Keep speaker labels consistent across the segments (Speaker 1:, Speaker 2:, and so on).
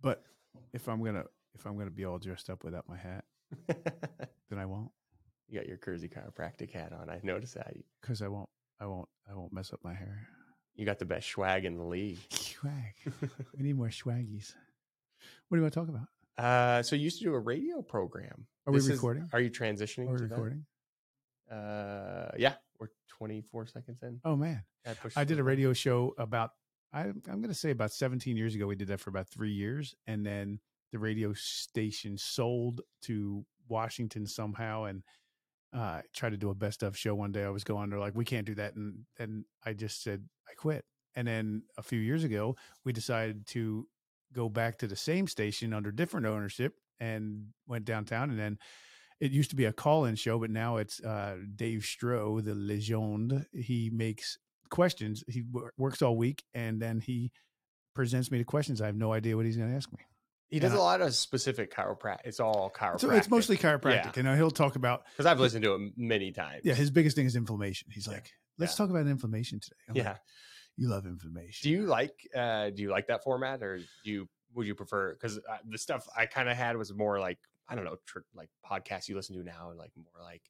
Speaker 1: But if I'm gonna if I'm gonna be all dressed up without my hat, then I won't
Speaker 2: you got your Kersey chiropractic hat on. I noticed that.
Speaker 1: because I won't I won't I won't mess up my hair.
Speaker 2: You got the best swag in the league.
Speaker 1: Swag. we need more swaggies. What do you want to talk about?
Speaker 2: Uh, so you used to do a radio program.
Speaker 1: Are we
Speaker 2: This is-
Speaker 1: recording?
Speaker 2: are you transitioning?
Speaker 1: Are we
Speaker 2: to that?
Speaker 1: recording?
Speaker 2: Uh, yeah, we're 24 seconds in.
Speaker 1: Oh man.
Speaker 2: I, pushed
Speaker 1: I did a
Speaker 2: record.
Speaker 1: radio show about I, I'm going to say about 17 years ago. We did that for about three years, and then the radio station sold to Washington somehow, and uh, tried to do a best of show one day. I was going, they're like, we can't do that, and and I just said I quit. And then a few years ago, we decided to go back to the same station under different ownership and went downtown, and then. It used to be a call-in show, but now it's uh, Dave Stroh, the legend. He makes questions. He wor- works all week and then he presents me the questions. I have no idea what he's going to ask me.
Speaker 2: He does
Speaker 1: and
Speaker 2: a lot of specific chiropractic. It's all chiropractic.
Speaker 1: So it's mostly chiropractic. And he'll talk about,
Speaker 2: because I've listened to it many times.
Speaker 1: yeah, his biggest thing is inflammation. He's
Speaker 2: Yeah.
Speaker 1: like, let's
Speaker 2: Yeah.
Speaker 1: talk about inflammation today. I'm like,
Speaker 2: Yeah.
Speaker 1: you love inflammation.
Speaker 2: Do you like uh, do you like that format, or do you would you prefer? Because uh, the stuff I kind of had was more like I don't know, tr- like podcasts you listen to now, and like more like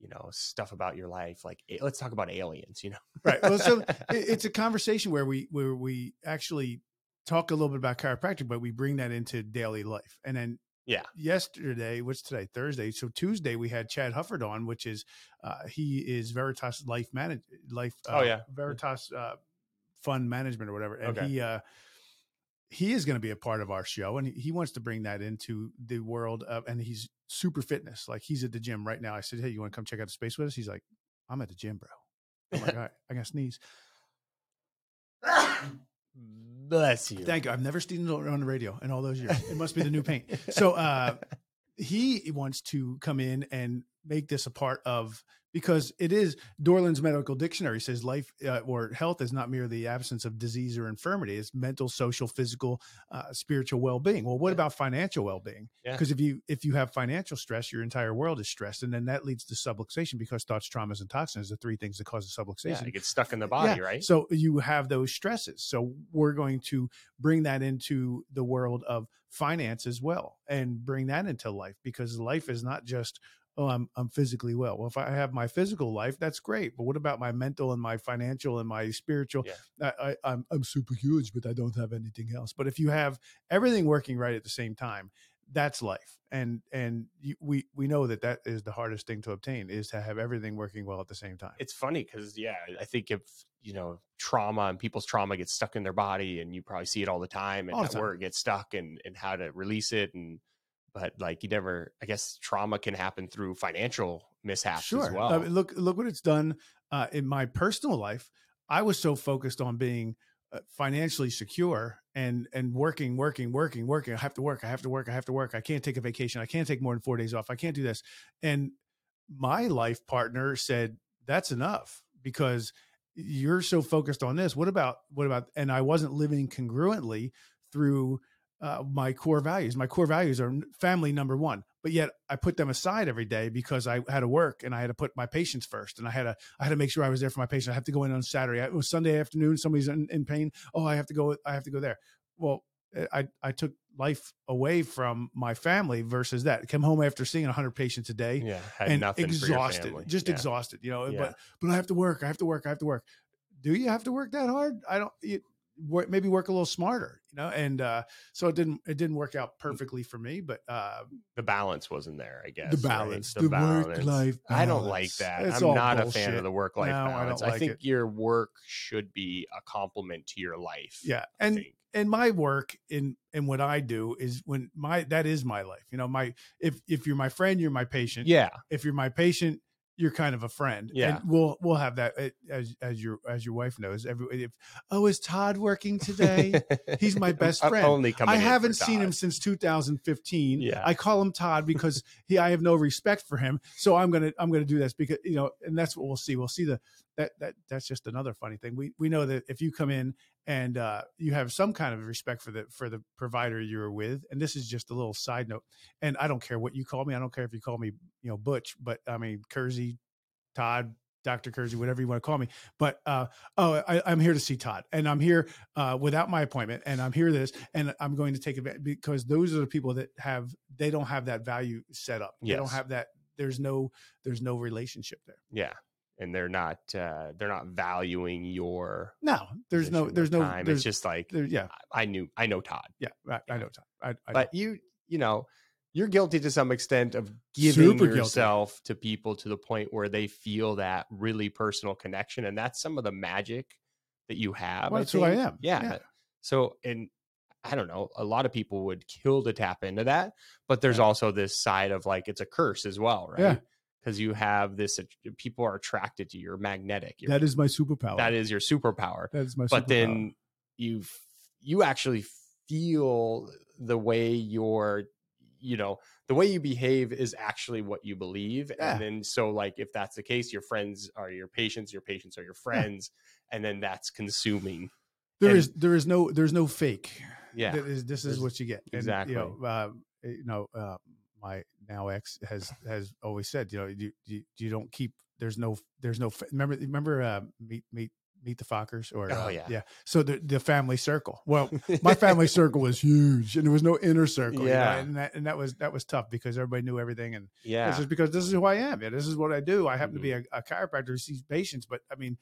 Speaker 2: you know stuff about your life. Like a- let's talk about aliens. You know,
Speaker 1: right. Well, so it, it's a conversation where we, where we actually talk a little bit about chiropractic, but we bring that into daily life. And then
Speaker 2: Yeah.
Speaker 1: yesterday, what's today? Thursday. So Tuesday we had Chad Hufford on, which is, uh, he is Veritas life manage life. Uh,
Speaker 2: Oh, yeah.
Speaker 1: Veritas, uh, fund management or whatever. And
Speaker 2: Okay.
Speaker 1: he uh he is going to be a part of our show and he- he wants to bring that into the world of and he's super fitness. Like he's at the gym right now. I said, Hey, you want to come check out the space with us? He's like, I'm at the gym, bro. I'm like, all right, I gotta sneeze.
Speaker 2: bless you.
Speaker 1: Thank you. I've never sneezed on on the radio in all those years. It must be the new paint. So uh he wants to come in and make this a part of because it is Dorland's medical dictionary says life uh, or health is not merely the absence of disease or infirmity it's mental social physical uh, spiritual well-being well what
Speaker 2: Yeah.
Speaker 1: about financial well-being
Speaker 2: Yeah.
Speaker 1: because if you if you have financial stress your entire world is stressed and then that leads to subluxation because thoughts traumas and toxins are the three things that cause the
Speaker 2: yeah,
Speaker 1: subluxation
Speaker 2: it gets stuck in the body,
Speaker 1: yeah.
Speaker 2: right?
Speaker 1: So you have those stresses. So we're going to bring that into the world of finance as well and bring that into life because life is not just, oh, I'm, I'm physically well. Well, if I have my physical life, that's great. But what about my mental and my financial and my spiritual?
Speaker 2: Yeah.
Speaker 1: I, I, I'm, I'm super huge, but I don't have anything else. But if you have everything working right at the same time, that's life and and you, we we know that that is the hardest thing to obtain is to have everything working well at the same time
Speaker 2: it's funny because yeah i think if you know trauma and people's trauma gets stuck in their body and you probably see it all the time and
Speaker 1: All the
Speaker 2: how-
Speaker 1: time.
Speaker 2: where it gets stuck and and how to release it and but like you never i guess trauma can happen through financial mishaps as well
Speaker 1: I mean, look, look what it's done uh, in my personal life. I was so focused on being uh, financially secure and and working, working, working, working. I have to work. I have to work. I have to work. I can't take a vacation. I can't take more than four days off. I can't do this. And my life partner said, "That's enough," because you're so focused on this. What about what about? And I wasn't living congruently through uh, my core values. My core values are n- family number one, but yet I put them aside every day because I had to work and I had to put my patients first, and I had to I had to make sure I was there for my patient. I have to go in on Saturday. It was Sunday afternoon. Somebody's in, in pain. Oh, I have to go. I have to go there. Well, eh, I I took life away from my family versus that. Come home after seeing 100 patients a day
Speaker 2: yeah had
Speaker 1: and
Speaker 2: nothing
Speaker 1: exhausted,
Speaker 2: for your family.
Speaker 1: just
Speaker 2: yeah.
Speaker 1: exhausted. You know,
Speaker 2: Yeah.
Speaker 1: but but I have to work. I have to work. I have to work. Do you have to work that hard? I don't. You, work, maybe work a little smarter. You know, and uh, so it didn't it didn't work
Speaker 2: Mm.
Speaker 1: out perfectly for me. But uh,
Speaker 2: the balance wasn't there i guess
Speaker 1: the
Speaker 2: right?
Speaker 1: balance, the, work life.
Speaker 2: I don't like that. I'm not a fan of the work life
Speaker 1: No, I don't
Speaker 2: balance. I,
Speaker 1: like
Speaker 2: think
Speaker 1: it.
Speaker 2: your work should be a complement to your life.
Speaker 1: Yeah,
Speaker 2: I
Speaker 1: and
Speaker 2: think.
Speaker 1: and my work in and what I do is when my that is my life. You know, my if if you're my friend, you're my patient.
Speaker 2: yeah,
Speaker 1: if you're my patient, you're kind of a friend.
Speaker 2: Yeah.
Speaker 1: and we'll we'll have that uh, as as your as your wife knows. Every if oh, is Todd working today? He's my best
Speaker 2: I'm
Speaker 1: friend.
Speaker 2: Only coming
Speaker 1: I
Speaker 2: in for
Speaker 1: haven't seen
Speaker 2: Todd.
Speaker 1: him since 2015.
Speaker 2: Yeah.
Speaker 1: I call him Todd because he I have no respect for him. So I'm gonna I'm gonna do this because you know, and that's what we'll see. We'll see the that that that's just another funny thing. We we know that if you come in and uh, you have some kind of respect for the for the provider you're with, and this is just a little side note. And I don't care what you call me. I don't care if you call me you know Butch, but I mean Kersey, Todd, Dr. Kersey, whatever you want to call me. But uh, oh, I, I'm here to see Todd, and I'm here uh, without my appointment, and I'm here this, and I'm going to take advantage because those are the people that have they don't have that value set up. They don't
Speaker 2: Yes.
Speaker 1: have that. There's no there's no relationship there.
Speaker 2: Yeah. And they're not uh they're not valuing your
Speaker 1: No, there's no
Speaker 2: position,
Speaker 1: there's
Speaker 2: your
Speaker 1: no
Speaker 2: time.
Speaker 1: there's
Speaker 2: it's just like
Speaker 1: there, yeah
Speaker 2: I knew I know Todd.
Speaker 1: yeah right, I know Todd. I, I know.
Speaker 2: but you you know you're guilty to some extent of giving
Speaker 1: Super guilty.
Speaker 2: yourself to people to the point where they feel that really personal connection and that's some of the magic that you have
Speaker 1: Well, that's who I
Speaker 2: think.
Speaker 1: am.
Speaker 2: yeah.
Speaker 1: Yeah.
Speaker 2: so and i don't know a lot of people would kill to tap into that but there's also this side of like it's a curse as well
Speaker 1: Yeah.
Speaker 2: right because you have this att- people are attracted to you, you're magnetic you're,
Speaker 1: that is my superpower.
Speaker 2: that is your superpower
Speaker 1: that is my.
Speaker 2: but
Speaker 1: superpower.
Speaker 2: then you f- you actually feel the way your you know the way you behave is actually what you believe
Speaker 1: Yeah.
Speaker 2: and then so like if that's the case your friends are your patients your patients are your friends and then that's consuming
Speaker 1: there
Speaker 2: and-
Speaker 1: is there is no there's no fake.
Speaker 2: yeah
Speaker 1: That is- this is
Speaker 2: There's-
Speaker 1: what you get.
Speaker 2: exactly.
Speaker 1: You know, uh, you know uh, my now ex has has always said, you know, you, you you don't keep. There's no there's no. fa- Remember remember uh, meet meet meet the Fockers or
Speaker 2: Oh,
Speaker 1: uh,
Speaker 2: yeah.
Speaker 1: yeah. So the the family circle. Well, my family circle was huge, and there was no inner circle. you know,
Speaker 2: Yeah.
Speaker 1: and that and that was that was tough because everybody knew everything, and
Speaker 2: yeah Mm-hmm.
Speaker 1: It's just because this is who I am. Yeah, this is what I do. I happen to be a, a chiropractor who sees patients, but I mean,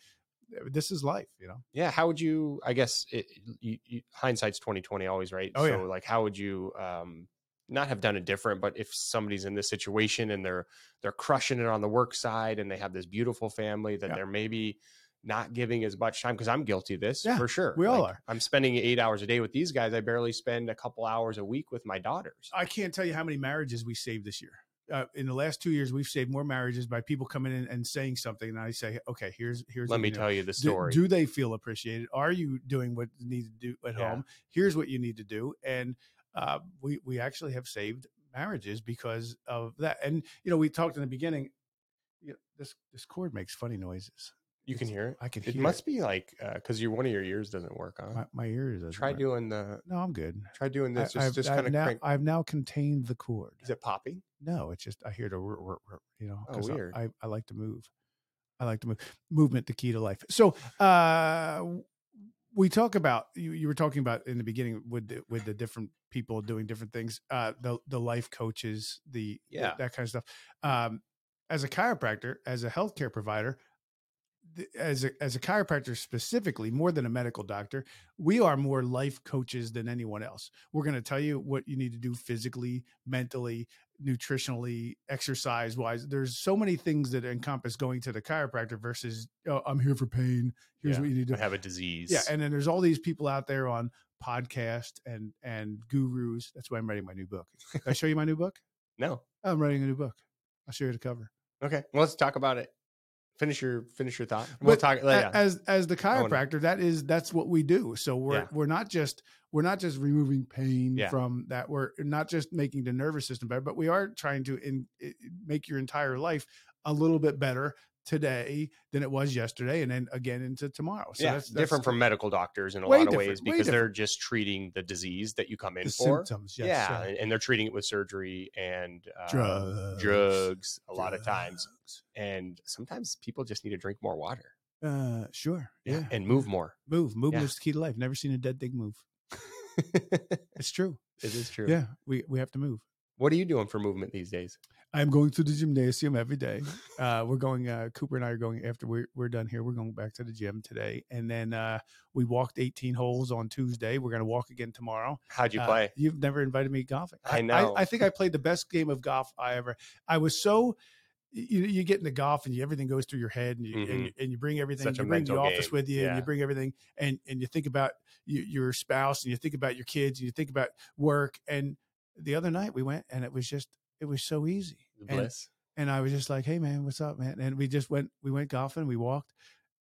Speaker 1: this is life, you know.
Speaker 2: yeah how would you i guess it, you, you, hindsight's 2020 always right
Speaker 1: Oh,
Speaker 2: so
Speaker 1: yeah.
Speaker 2: like how would you um not have done it different but if somebody's in this situation and they're they're crushing it on the work side and they have this beautiful family that
Speaker 1: Yeah.
Speaker 2: they're maybe not giving as much time because i'm guilty of this
Speaker 1: Yeah,
Speaker 2: for sure
Speaker 1: we all are.
Speaker 2: i'm spending eight hours a day with these guys i barely spend a couple hours a week with my daughters
Speaker 1: I can't tell you how many marriages we saved this year. Uh, in the last two years, we've saved more marriages by people coming in and saying something, and I say, okay, here's here's.
Speaker 2: let
Speaker 1: what
Speaker 2: me
Speaker 1: you know.
Speaker 2: tell you the
Speaker 1: Do-
Speaker 2: story
Speaker 1: Do, they feel appreciated? Are you doing what you need to do at
Speaker 2: Yeah.
Speaker 1: home? Here's what you need to do, and uh, we we actually have saved marriages because of that. And you know, we talked in the beginning. You know, this this cord makes funny noises.
Speaker 2: you can hear it
Speaker 1: I can.
Speaker 2: it
Speaker 1: hear
Speaker 2: must be like because your one of your ears doesn't work huh
Speaker 1: my, my ears. doesn't
Speaker 2: try
Speaker 1: work.
Speaker 2: doing the
Speaker 1: No, I'm good.
Speaker 2: try doing
Speaker 1: I-
Speaker 2: this just,
Speaker 1: I've,
Speaker 2: just
Speaker 1: I've
Speaker 2: kind of
Speaker 1: now,
Speaker 2: crank
Speaker 1: I've now contained the cord.
Speaker 2: is it popping
Speaker 1: No, it's just I hear the rrr, rrr, rrr, you know
Speaker 2: Oh,
Speaker 1: because
Speaker 2: weird.
Speaker 1: I, I I like to move. I like to move. Movement, the key to life. So uh, we talk about you. You were talking about in the beginning with the, with the different people doing different things. Uh, the the life coaches, the
Speaker 2: Yeah.
Speaker 1: that kind of stuff. Um, as a chiropractor, as a healthcare provider, th- as a as a chiropractor specifically, more than a medical doctor, we are more life coaches than anyone else. We're going to tell you what you need to do physically, mentally, nutritionally, exercise wise. There's so many things that encompass going to the chiropractor versus oh, I'm here for pain. Here's
Speaker 2: Yeah.
Speaker 1: what you need to
Speaker 2: I have a disease
Speaker 1: yeah, and then there's all these people out there on podcast and and gurus. That's why I'm writing my new book. Can I show you my new book?
Speaker 2: no
Speaker 1: I'm writing a new book. I'll show you the cover.
Speaker 2: Okay, well, let's talk about it. Finish your finish your thought. We'll
Speaker 1: But
Speaker 2: talk.
Speaker 1: A-
Speaker 2: Yeah,
Speaker 1: As as the
Speaker 2: I wanna-
Speaker 1: chiropractor, that is that's what we do. So we're
Speaker 2: Yeah.
Speaker 1: we're not just we're not just removing pain
Speaker 2: Yeah.
Speaker 1: from that. We're not just making the nervous system better, but we are trying to in, i- make your entire life a little bit better today than it was yesterday, and then again into tomorrow. So
Speaker 2: yeah.
Speaker 1: that's, that's
Speaker 2: different from medical doctors in a
Speaker 1: Way
Speaker 2: lot of
Speaker 1: different,
Speaker 2: ways
Speaker 1: way
Speaker 2: because they're just treating the disease that you come in
Speaker 1: the
Speaker 2: for.
Speaker 1: symptoms. Yes,
Speaker 2: yeah,
Speaker 1: sure.
Speaker 2: and, and they're treating it with surgery and uh,
Speaker 1: drugs,
Speaker 2: drugs a lot of times. And sometimes people just need to drink more water.
Speaker 1: Uh, sure. Yeah.
Speaker 2: and move more.
Speaker 1: Move. Move
Speaker 2: Yeah.
Speaker 1: is the key to life. Never seen a dead thing move.
Speaker 2: it
Speaker 1: It's true.
Speaker 2: is true.
Speaker 1: Yeah. We, we have to move.
Speaker 2: What are you doing for movement these days?
Speaker 1: I'm going to the gymnasium every day. Uh, we're going, uh, Cooper and I are going after we're, we're done here. We're going back to the gym today. And then uh, we walked 18 holes on Tuesday. We're going to walk again tomorrow.
Speaker 2: How'd you
Speaker 1: Uh,
Speaker 2: play?
Speaker 1: You've never invited me golfing.
Speaker 2: I know.
Speaker 1: I, think I played the best game of golf I ever. I was so. You, you get into golf and you, everything goes through your head and you, and,
Speaker 2: Mhm.
Speaker 1: you- and you bring everything
Speaker 2: Such a
Speaker 1: you bring the
Speaker 2: mental
Speaker 1: office
Speaker 2: game.
Speaker 1: with you and
Speaker 2: Yeah.
Speaker 1: you bring everything and and you think about you, your spouse and you think about your kids and you think about work and the other night we went and it was just it was so easy and,
Speaker 2: Bliss.
Speaker 1: and I was just like hey man what's up man and we just went we went golfing we walked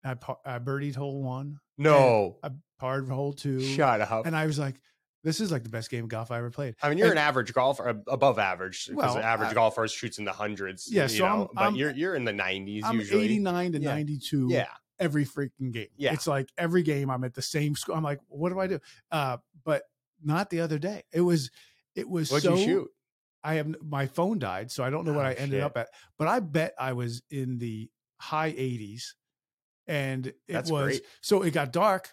Speaker 1: I, par- I birdied hole one
Speaker 2: No,
Speaker 1: I parred hole two
Speaker 2: shut up.
Speaker 1: and I was like this is like the best game of golf I ever played
Speaker 2: I mean, you're
Speaker 1: and-
Speaker 2: an average golfer, ab- above average, because
Speaker 1: Well,
Speaker 2: an average
Speaker 1: I-
Speaker 2: golfer shoots in the hundreds.
Speaker 1: Yeah,
Speaker 2: you
Speaker 1: so
Speaker 2: know,
Speaker 1: I'm-
Speaker 2: but
Speaker 1: I'm-
Speaker 2: you're you're in the 90s
Speaker 1: I'm
Speaker 2: usually.
Speaker 1: 89 to
Speaker 2: Yeah.
Speaker 1: 92
Speaker 2: Yeah,
Speaker 1: every freaking game.
Speaker 2: Yeah.
Speaker 1: It's like every game I'm at the same school. I'm like, what do I do? Uh, but not the other day. It was, it was
Speaker 2: what'd
Speaker 1: so,
Speaker 2: you shoot?
Speaker 1: I have, my phone died. So I don't know what
Speaker 2: Oh,
Speaker 1: I ended
Speaker 2: shit.
Speaker 1: up at, but I bet I was in the high 80s, and it
Speaker 2: That's
Speaker 1: was
Speaker 2: great.
Speaker 1: so it got dark,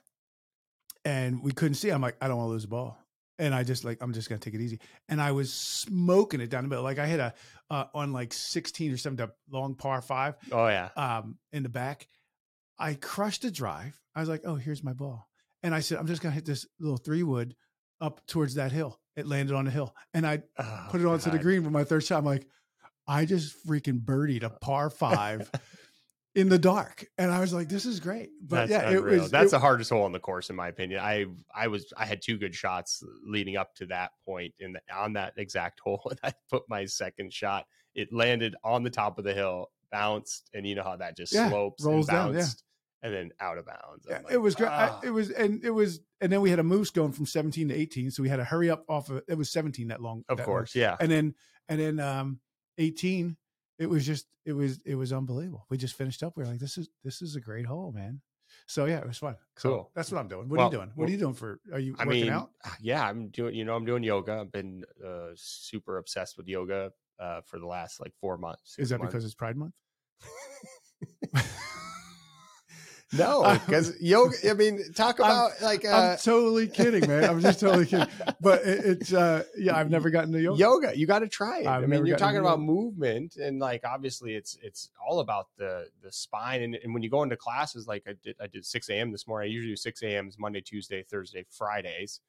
Speaker 1: and we couldn't see. I'm like, I don't want to lose the ball, and I just like I'm just gonna take it easy, and I was smoking it down the middle. Like I had a uh, on like 16 or 17 a long par five
Speaker 2: Oh yeah.
Speaker 1: um, in the back. I crushed a drive. I was like, oh, here's my ball. And I said, I'm just going to hit this little three wood up towards that hill. It landed on a hill. And I
Speaker 2: Oh,
Speaker 1: put it onto the
Speaker 2: God.
Speaker 1: green with my third shot. I'm like, I just freaking birdied a par five in the dark. And I was like, this is great. But
Speaker 2: That's
Speaker 1: yeah,
Speaker 2: unreal.
Speaker 1: it was.
Speaker 2: that's
Speaker 1: it-
Speaker 2: the hardest hole on the course, in my opinion. I I was I had two good shots leading up to that point, and on that exact hole, and I put my second shot. It landed on the top of the hill, bounced, and you know how that just
Speaker 1: Yeah,
Speaker 2: slopes,
Speaker 1: rolls
Speaker 2: and
Speaker 1: down, yeah.
Speaker 2: bounced, and then out of bounds. I'm
Speaker 1: yeah,
Speaker 2: like,
Speaker 1: it was great. I-
Speaker 2: "Ah."
Speaker 1: It was, and it was, and then we had a moose going from 17 to 18. So we had to hurry up off of it was 17 that long.
Speaker 2: of
Speaker 1: that long.
Speaker 2: course, yeah.
Speaker 1: and then and then um 18 it was just it was it was unbelievable we just finished up we were like this is this is a great hole man so yeah it was fun So
Speaker 2: Cool.
Speaker 1: that's what i'm doing what
Speaker 2: Well,
Speaker 1: are you doing what are you doing for are you
Speaker 2: I
Speaker 1: working
Speaker 2: mean, ah,
Speaker 1: out
Speaker 2: yeah, I'm doing. You know, I'm doing yoga. I've been uh, super obsessed with yoga uh, for the last like four months.
Speaker 1: is
Speaker 2: six
Speaker 1: that
Speaker 2: months.
Speaker 1: because it's pride month
Speaker 2: No,
Speaker 1: I'm-
Speaker 2: because yoga. I mean, talk about like uh,
Speaker 1: i'm totally kidding man i'm just totally kidding but it, it's uh yeah i've never gotten to yoga
Speaker 2: yoga. You got to try it. i
Speaker 1: I've
Speaker 2: mean,
Speaker 1: never
Speaker 2: you're
Speaker 1: gotten
Speaker 2: talking
Speaker 1: into
Speaker 2: about
Speaker 1: yoga.
Speaker 2: movement, and like obviously, it's it's all about the the spine. And, and when you go into classes, like I did, I did 6 a.m. this morning. I usually do 6 a.m.s Monday, Tuesday, Thursday, Fridays,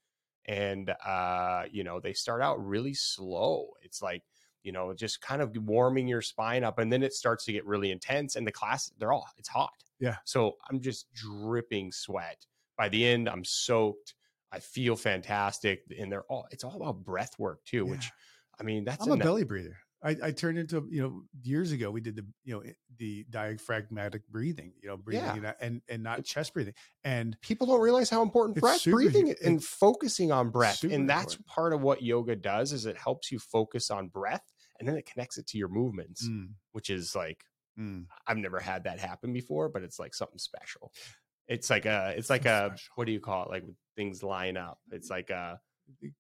Speaker 2: and uh, you know they start out really slow. It's like you know just kind of warming your spine up, and then it starts to get really intense. And the class, they're all it's hot.
Speaker 1: Yeah.
Speaker 2: So I'm just dripping sweat. By the end, I'm soaked. I feel fantastic, and they're all. It's all about breath work too, which
Speaker 1: Yeah.
Speaker 2: I mean, that's
Speaker 1: I'm a
Speaker 2: ano-
Speaker 1: belly breather. I, I turned into a- you know years ago we did the you know the diaphragmatic breathing you know breathing
Speaker 2: Yeah.
Speaker 1: it out and and not chest breathing and
Speaker 2: people don't realize how important
Speaker 1: It's
Speaker 2: breath
Speaker 1: super
Speaker 2: breathing
Speaker 1: hu-
Speaker 2: and
Speaker 1: it's
Speaker 2: focusing on breath.
Speaker 1: super
Speaker 2: And that's
Speaker 1: important.
Speaker 2: part of what yoga does is it helps you focus on breath and then it connects it to your movements,
Speaker 1: Mm,
Speaker 2: which is like
Speaker 1: mm.
Speaker 2: I've never had that happen before, but it's like something special. It's like a it's like
Speaker 1: Something
Speaker 2: a what do you call it? Like when things line up. It's like a
Speaker 1: C-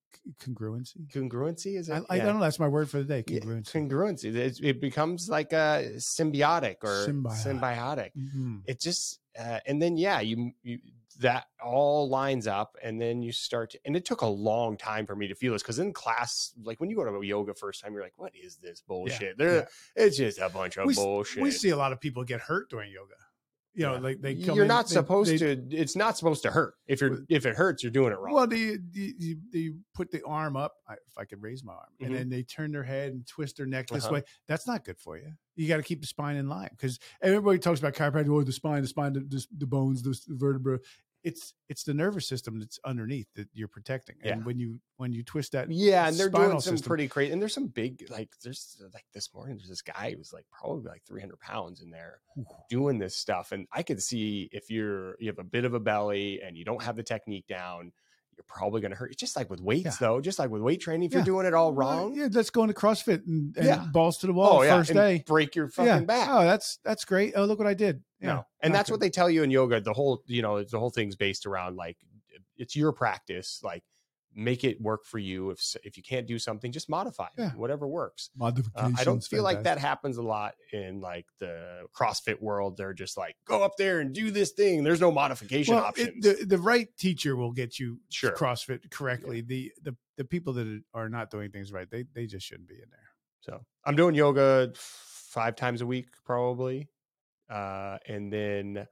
Speaker 1: congruency.
Speaker 2: congruency is it?
Speaker 1: I, I
Speaker 2: Yeah.
Speaker 1: don't know. That's my word for the day.
Speaker 2: Yeah,
Speaker 1: Congruency.
Speaker 2: congruency. It, it becomes like a symbiotic or
Speaker 1: Symbiotic.
Speaker 2: symbiotic.
Speaker 1: Mhm.
Speaker 2: it just uh, and then yeah you, you that all lines up and then you start to, and it took a long time for me to feel this because in class like when you go to yoga first time you're like what is this bullshit There,
Speaker 1: yeah.
Speaker 2: it's just a bunch of
Speaker 1: We s-
Speaker 2: bullshit
Speaker 1: We see a lot of people get hurt during yoga. You know,
Speaker 2: Yeah.
Speaker 1: like they come
Speaker 2: you're
Speaker 1: in,
Speaker 2: not
Speaker 1: they-
Speaker 2: supposed
Speaker 1: they-
Speaker 2: to it's not supposed to hurt if you're
Speaker 1: Well-
Speaker 2: if it hurts you're doing it wrong
Speaker 1: Well, they, they, you- they put the arm up, I- if I could raise my arm,
Speaker 2: Mhm.
Speaker 1: and then they turn their head and twist their neck this
Speaker 2: Uh-huh.
Speaker 1: way. That's not good for you. You got to keep the spine in line because everybody talks about chiropractic, oh, the spine, the spine, the, the, the bones, the, s- the vertebra. It's it's the nervous system that's underneath that you're protecting. And
Speaker 2: Yeah.
Speaker 1: when you when you twist that,
Speaker 2: yeah and they're doing
Speaker 1: spinal
Speaker 2: some
Speaker 1: system.
Speaker 2: pretty crazy and there's some big like there's like this morning there's this guy who was like probably like 300 pounds in there doing this stuff and i could see if you're you have a bit of a belly and you don't have the technique down you're probably going to hurt It's just like with weights
Speaker 1: Yeah.
Speaker 2: though just like with weight training if you're
Speaker 1: Yeah.
Speaker 2: doing it all
Speaker 1: Well,
Speaker 2: wrong oh,
Speaker 1: Yeah, let's go into CrossFit and, and
Speaker 2: Yeah.
Speaker 1: balls to the wall first
Speaker 2: and
Speaker 1: day.
Speaker 2: break your fucking back
Speaker 1: Oh, that's that's great. Oh, look what I did. Yeah.
Speaker 2: no Uh, and
Speaker 1: not
Speaker 2: that's what they tell you in yoga the whole you know the whole thing's based around like it's your practice like make it work for you if s- if you can't do something just modify it,
Speaker 1: Yeah.
Speaker 2: whatever works Uh,
Speaker 1: Modifications.
Speaker 2: I don't feel like that happens a lot in like the CrossFit world. They're just like, go up there and do this thing. There's no modification
Speaker 1: Well, it-
Speaker 2: options.
Speaker 1: the the right teacher will get you
Speaker 2: Sure.
Speaker 1: CrossFit correctly. The the the people that are not doing things right, they they just shouldn't be in there.
Speaker 2: so I'm doing yoga f- five times a week, probably. Uh, and then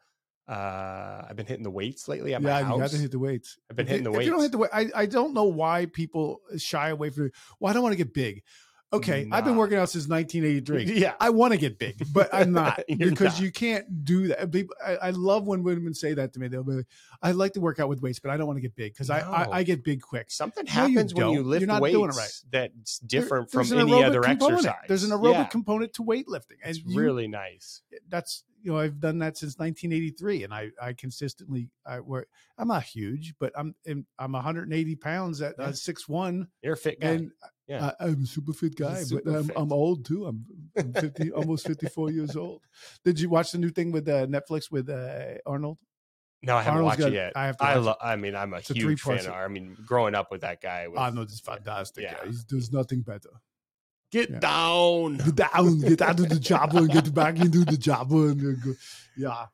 Speaker 2: uh, I've been hitting the weights lately at my
Speaker 1: yeah, you have
Speaker 2: house.
Speaker 1: to hit the weights.
Speaker 2: I've been hitting the
Speaker 1: if
Speaker 2: weights.
Speaker 1: you don't hit the weight, I, I don't know why people shy away from. Well, I don't want to get big. Okay, I've been
Speaker 2: Nah.
Speaker 1: working out since 1983.
Speaker 2: yeah.
Speaker 1: I want to get big, but I'm not
Speaker 2: You're
Speaker 1: because
Speaker 2: not.
Speaker 1: you can't do that. People- I, I love when women say that to me. They'll be like, "I like to work out with weights, but I don't want to get big because I,
Speaker 2: No.
Speaker 1: I I get big quick."
Speaker 2: Something
Speaker 1: No, you
Speaker 2: happens when you
Speaker 1: don't.
Speaker 2: lift
Speaker 1: You're not
Speaker 2: weights
Speaker 1: doing it right.
Speaker 2: that's
Speaker 1: There-
Speaker 2: different
Speaker 1: there's
Speaker 2: from
Speaker 1: an
Speaker 2: any
Speaker 1: aerobic
Speaker 2: other
Speaker 1: component.
Speaker 2: exercise.
Speaker 1: There's an aerobic
Speaker 2: Yeah,
Speaker 1: component to weightlifting, and
Speaker 2: it's
Speaker 1: you,
Speaker 2: really nice.
Speaker 1: that's you know I've done that since 1983, and I I consistently I work. I'm not huge, but I'm I'm 180 pounds at
Speaker 2: Yeah.
Speaker 1: uh, six one.
Speaker 2: You're a fit guy.
Speaker 1: And
Speaker 2: Yeah.
Speaker 1: I, I'm a super fit
Speaker 2: He's a
Speaker 1: guy,
Speaker 2: super
Speaker 1: but I'm,
Speaker 2: fit.
Speaker 1: I'm old too. I'm, I'm 50, almost 54 years old. Did you watch the new thing with uh, Netflix with uh, Arnold?
Speaker 2: No, I haven't
Speaker 1: Arnold's got-
Speaker 2: watched it yet.
Speaker 1: I have to
Speaker 2: I
Speaker 1: watch
Speaker 2: love. I mean, I'm a
Speaker 1: It's a
Speaker 2: huge
Speaker 1: three-part
Speaker 2: fan. Of,
Speaker 1: se-
Speaker 2: I mean, growing up with that guy was
Speaker 1: Arnold is fantastic.
Speaker 2: Yeah.
Speaker 1: Yeah. He's, there's nothing better.
Speaker 3: Get
Speaker 1: Yeah.
Speaker 3: down.
Speaker 1: Get down, get out of the job and get back into the job. And go. Yeah,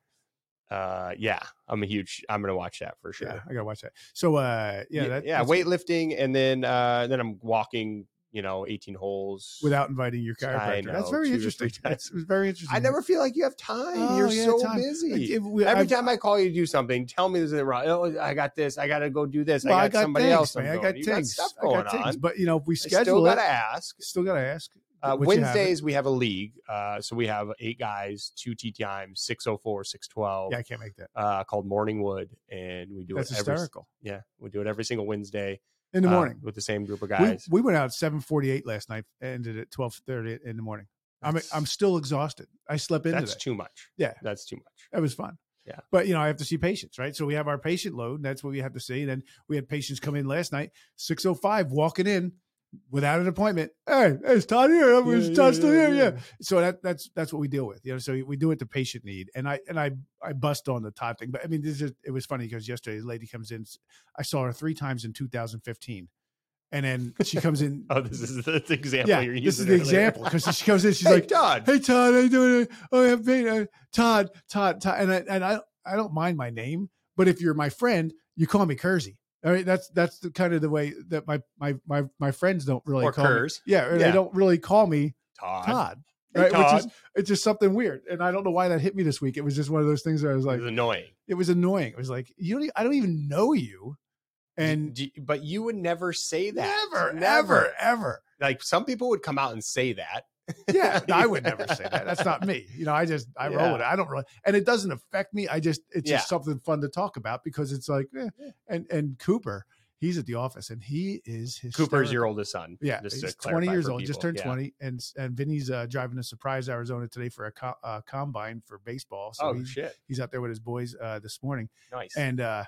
Speaker 2: Uh, yeah, I'm a huge. I'm gonna watch that for sure.
Speaker 1: yeah, I gotta watch that. So, uh, yeah, that,
Speaker 2: yeah.
Speaker 1: that's
Speaker 2: Weightlifting, and then uh, then I'm walking. You know, 18 holes.
Speaker 1: without inviting your
Speaker 2: I
Speaker 1: chiropractor. that's
Speaker 2: know,
Speaker 1: very
Speaker 2: two to
Speaker 1: interesting.
Speaker 2: three
Speaker 1: That's very interesting.
Speaker 2: I never feel like you have time.
Speaker 1: Oh,
Speaker 2: You're
Speaker 1: yeah,
Speaker 2: so
Speaker 1: time.
Speaker 2: busy.
Speaker 1: If we-
Speaker 2: Every
Speaker 1: I've-
Speaker 2: time I call you to do something, tell me there's a wrong. Oh, I got this. I got to go do this.
Speaker 1: well,
Speaker 2: I, got somebody
Speaker 1: things,
Speaker 2: else. I'm
Speaker 1: man. I
Speaker 2: going
Speaker 1: got
Speaker 2: to. You
Speaker 1: things.
Speaker 2: stuff
Speaker 1: I
Speaker 2: going
Speaker 1: got things.
Speaker 2: on.
Speaker 1: But you know, if we
Speaker 2: I still
Speaker 1: schedule
Speaker 2: got to
Speaker 1: it.
Speaker 2: ask.
Speaker 1: Still gotta ask.
Speaker 2: Uh,
Speaker 1: what you have.
Speaker 2: Wednesdays we have a league, uh, so we have eight guys, two tee times, six oh four, six twelve,
Speaker 1: Yeah, I can't make that.
Speaker 2: uh, called Morning Wood, and we do
Speaker 1: That's
Speaker 2: it every
Speaker 1: hysterical.
Speaker 2: yeah, we do it every single Wednesday
Speaker 1: In the
Speaker 2: uh,
Speaker 1: morning.
Speaker 2: with the same group of
Speaker 1: We,
Speaker 2: guys.
Speaker 1: we went out at seven forty eight last night. Ended at twelve thirty in the morning. I'm
Speaker 2: That's-
Speaker 1: I'm still exhausted. I slept in
Speaker 2: that's
Speaker 1: today.
Speaker 2: too much.
Speaker 1: Yeah.
Speaker 2: that's too much.
Speaker 1: That was fun.
Speaker 2: Yeah.
Speaker 1: But you know, I have to see patients, right? So we have our patient load, and that's what we have to see. And then we had patients come in last night, six oh five, walking in without an appointment. Hey, it's Todd here. I'm it's Todd still here. yeah. So that that's that's what we deal with. You know, so we do it to patient need. And I and I I bust on the Todd thing, but I mean, this is it was funny because yesterday a lady comes in. I saw her three times in 2015, and then she comes in.
Speaker 2: Oh, this is the, the example
Speaker 1: yeah,
Speaker 2: you're using.
Speaker 1: this is the
Speaker 2: earlier.
Speaker 1: example because she comes in. She's
Speaker 2: hey,
Speaker 1: like,
Speaker 2: Todd.
Speaker 1: hey Todd, how you doing? Oh, I have pain. Uh, Todd, Todd, Todd, and I and I I don't mind my name, but if you're my friend, you call me Kersey. All right, that's that's the kind of the way that my my my my friends don't really
Speaker 2: Or
Speaker 1: call me-
Speaker 2: Kers.
Speaker 1: Yeah, or they
Speaker 2: Yeah.
Speaker 1: don't really call me
Speaker 2: Todd.
Speaker 1: Todd.
Speaker 2: Hey,
Speaker 1: right,
Speaker 2: Todd.
Speaker 1: which is it's just something weird, and I don't know why that hit me this week. It was just one of those things where I was
Speaker 2: It
Speaker 1: like,
Speaker 2: was annoying.
Speaker 1: it was annoying. It was like you don't, e- I don't even know you,
Speaker 2: And
Speaker 1: and
Speaker 2: but you would never say that.
Speaker 1: never, never, ever.
Speaker 2: Like some people would come out and say that.
Speaker 1: Yeah, no, I would never say that. That's not me. You know, I just I roll with it. I don't really, and it doesn't affect me. I just it's
Speaker 2: Yeah.
Speaker 1: just something fun to talk about because it's like, eh. and and Cooper, he's at the office and he is his
Speaker 2: Cooper's your oldest son.
Speaker 1: yeah,
Speaker 2: just to
Speaker 1: he's
Speaker 2: clarify
Speaker 1: twenty years
Speaker 2: for
Speaker 1: old, just
Speaker 2: people.
Speaker 1: turned
Speaker 2: Yeah.
Speaker 1: twenty, and and Vinny's uh, driving to Surprise, Arizona today for a co- uh, combine for baseball. So
Speaker 2: oh
Speaker 1: he's
Speaker 2: shit!
Speaker 1: he's out there with his boys uh, this morning,
Speaker 2: Nice.
Speaker 1: and uh,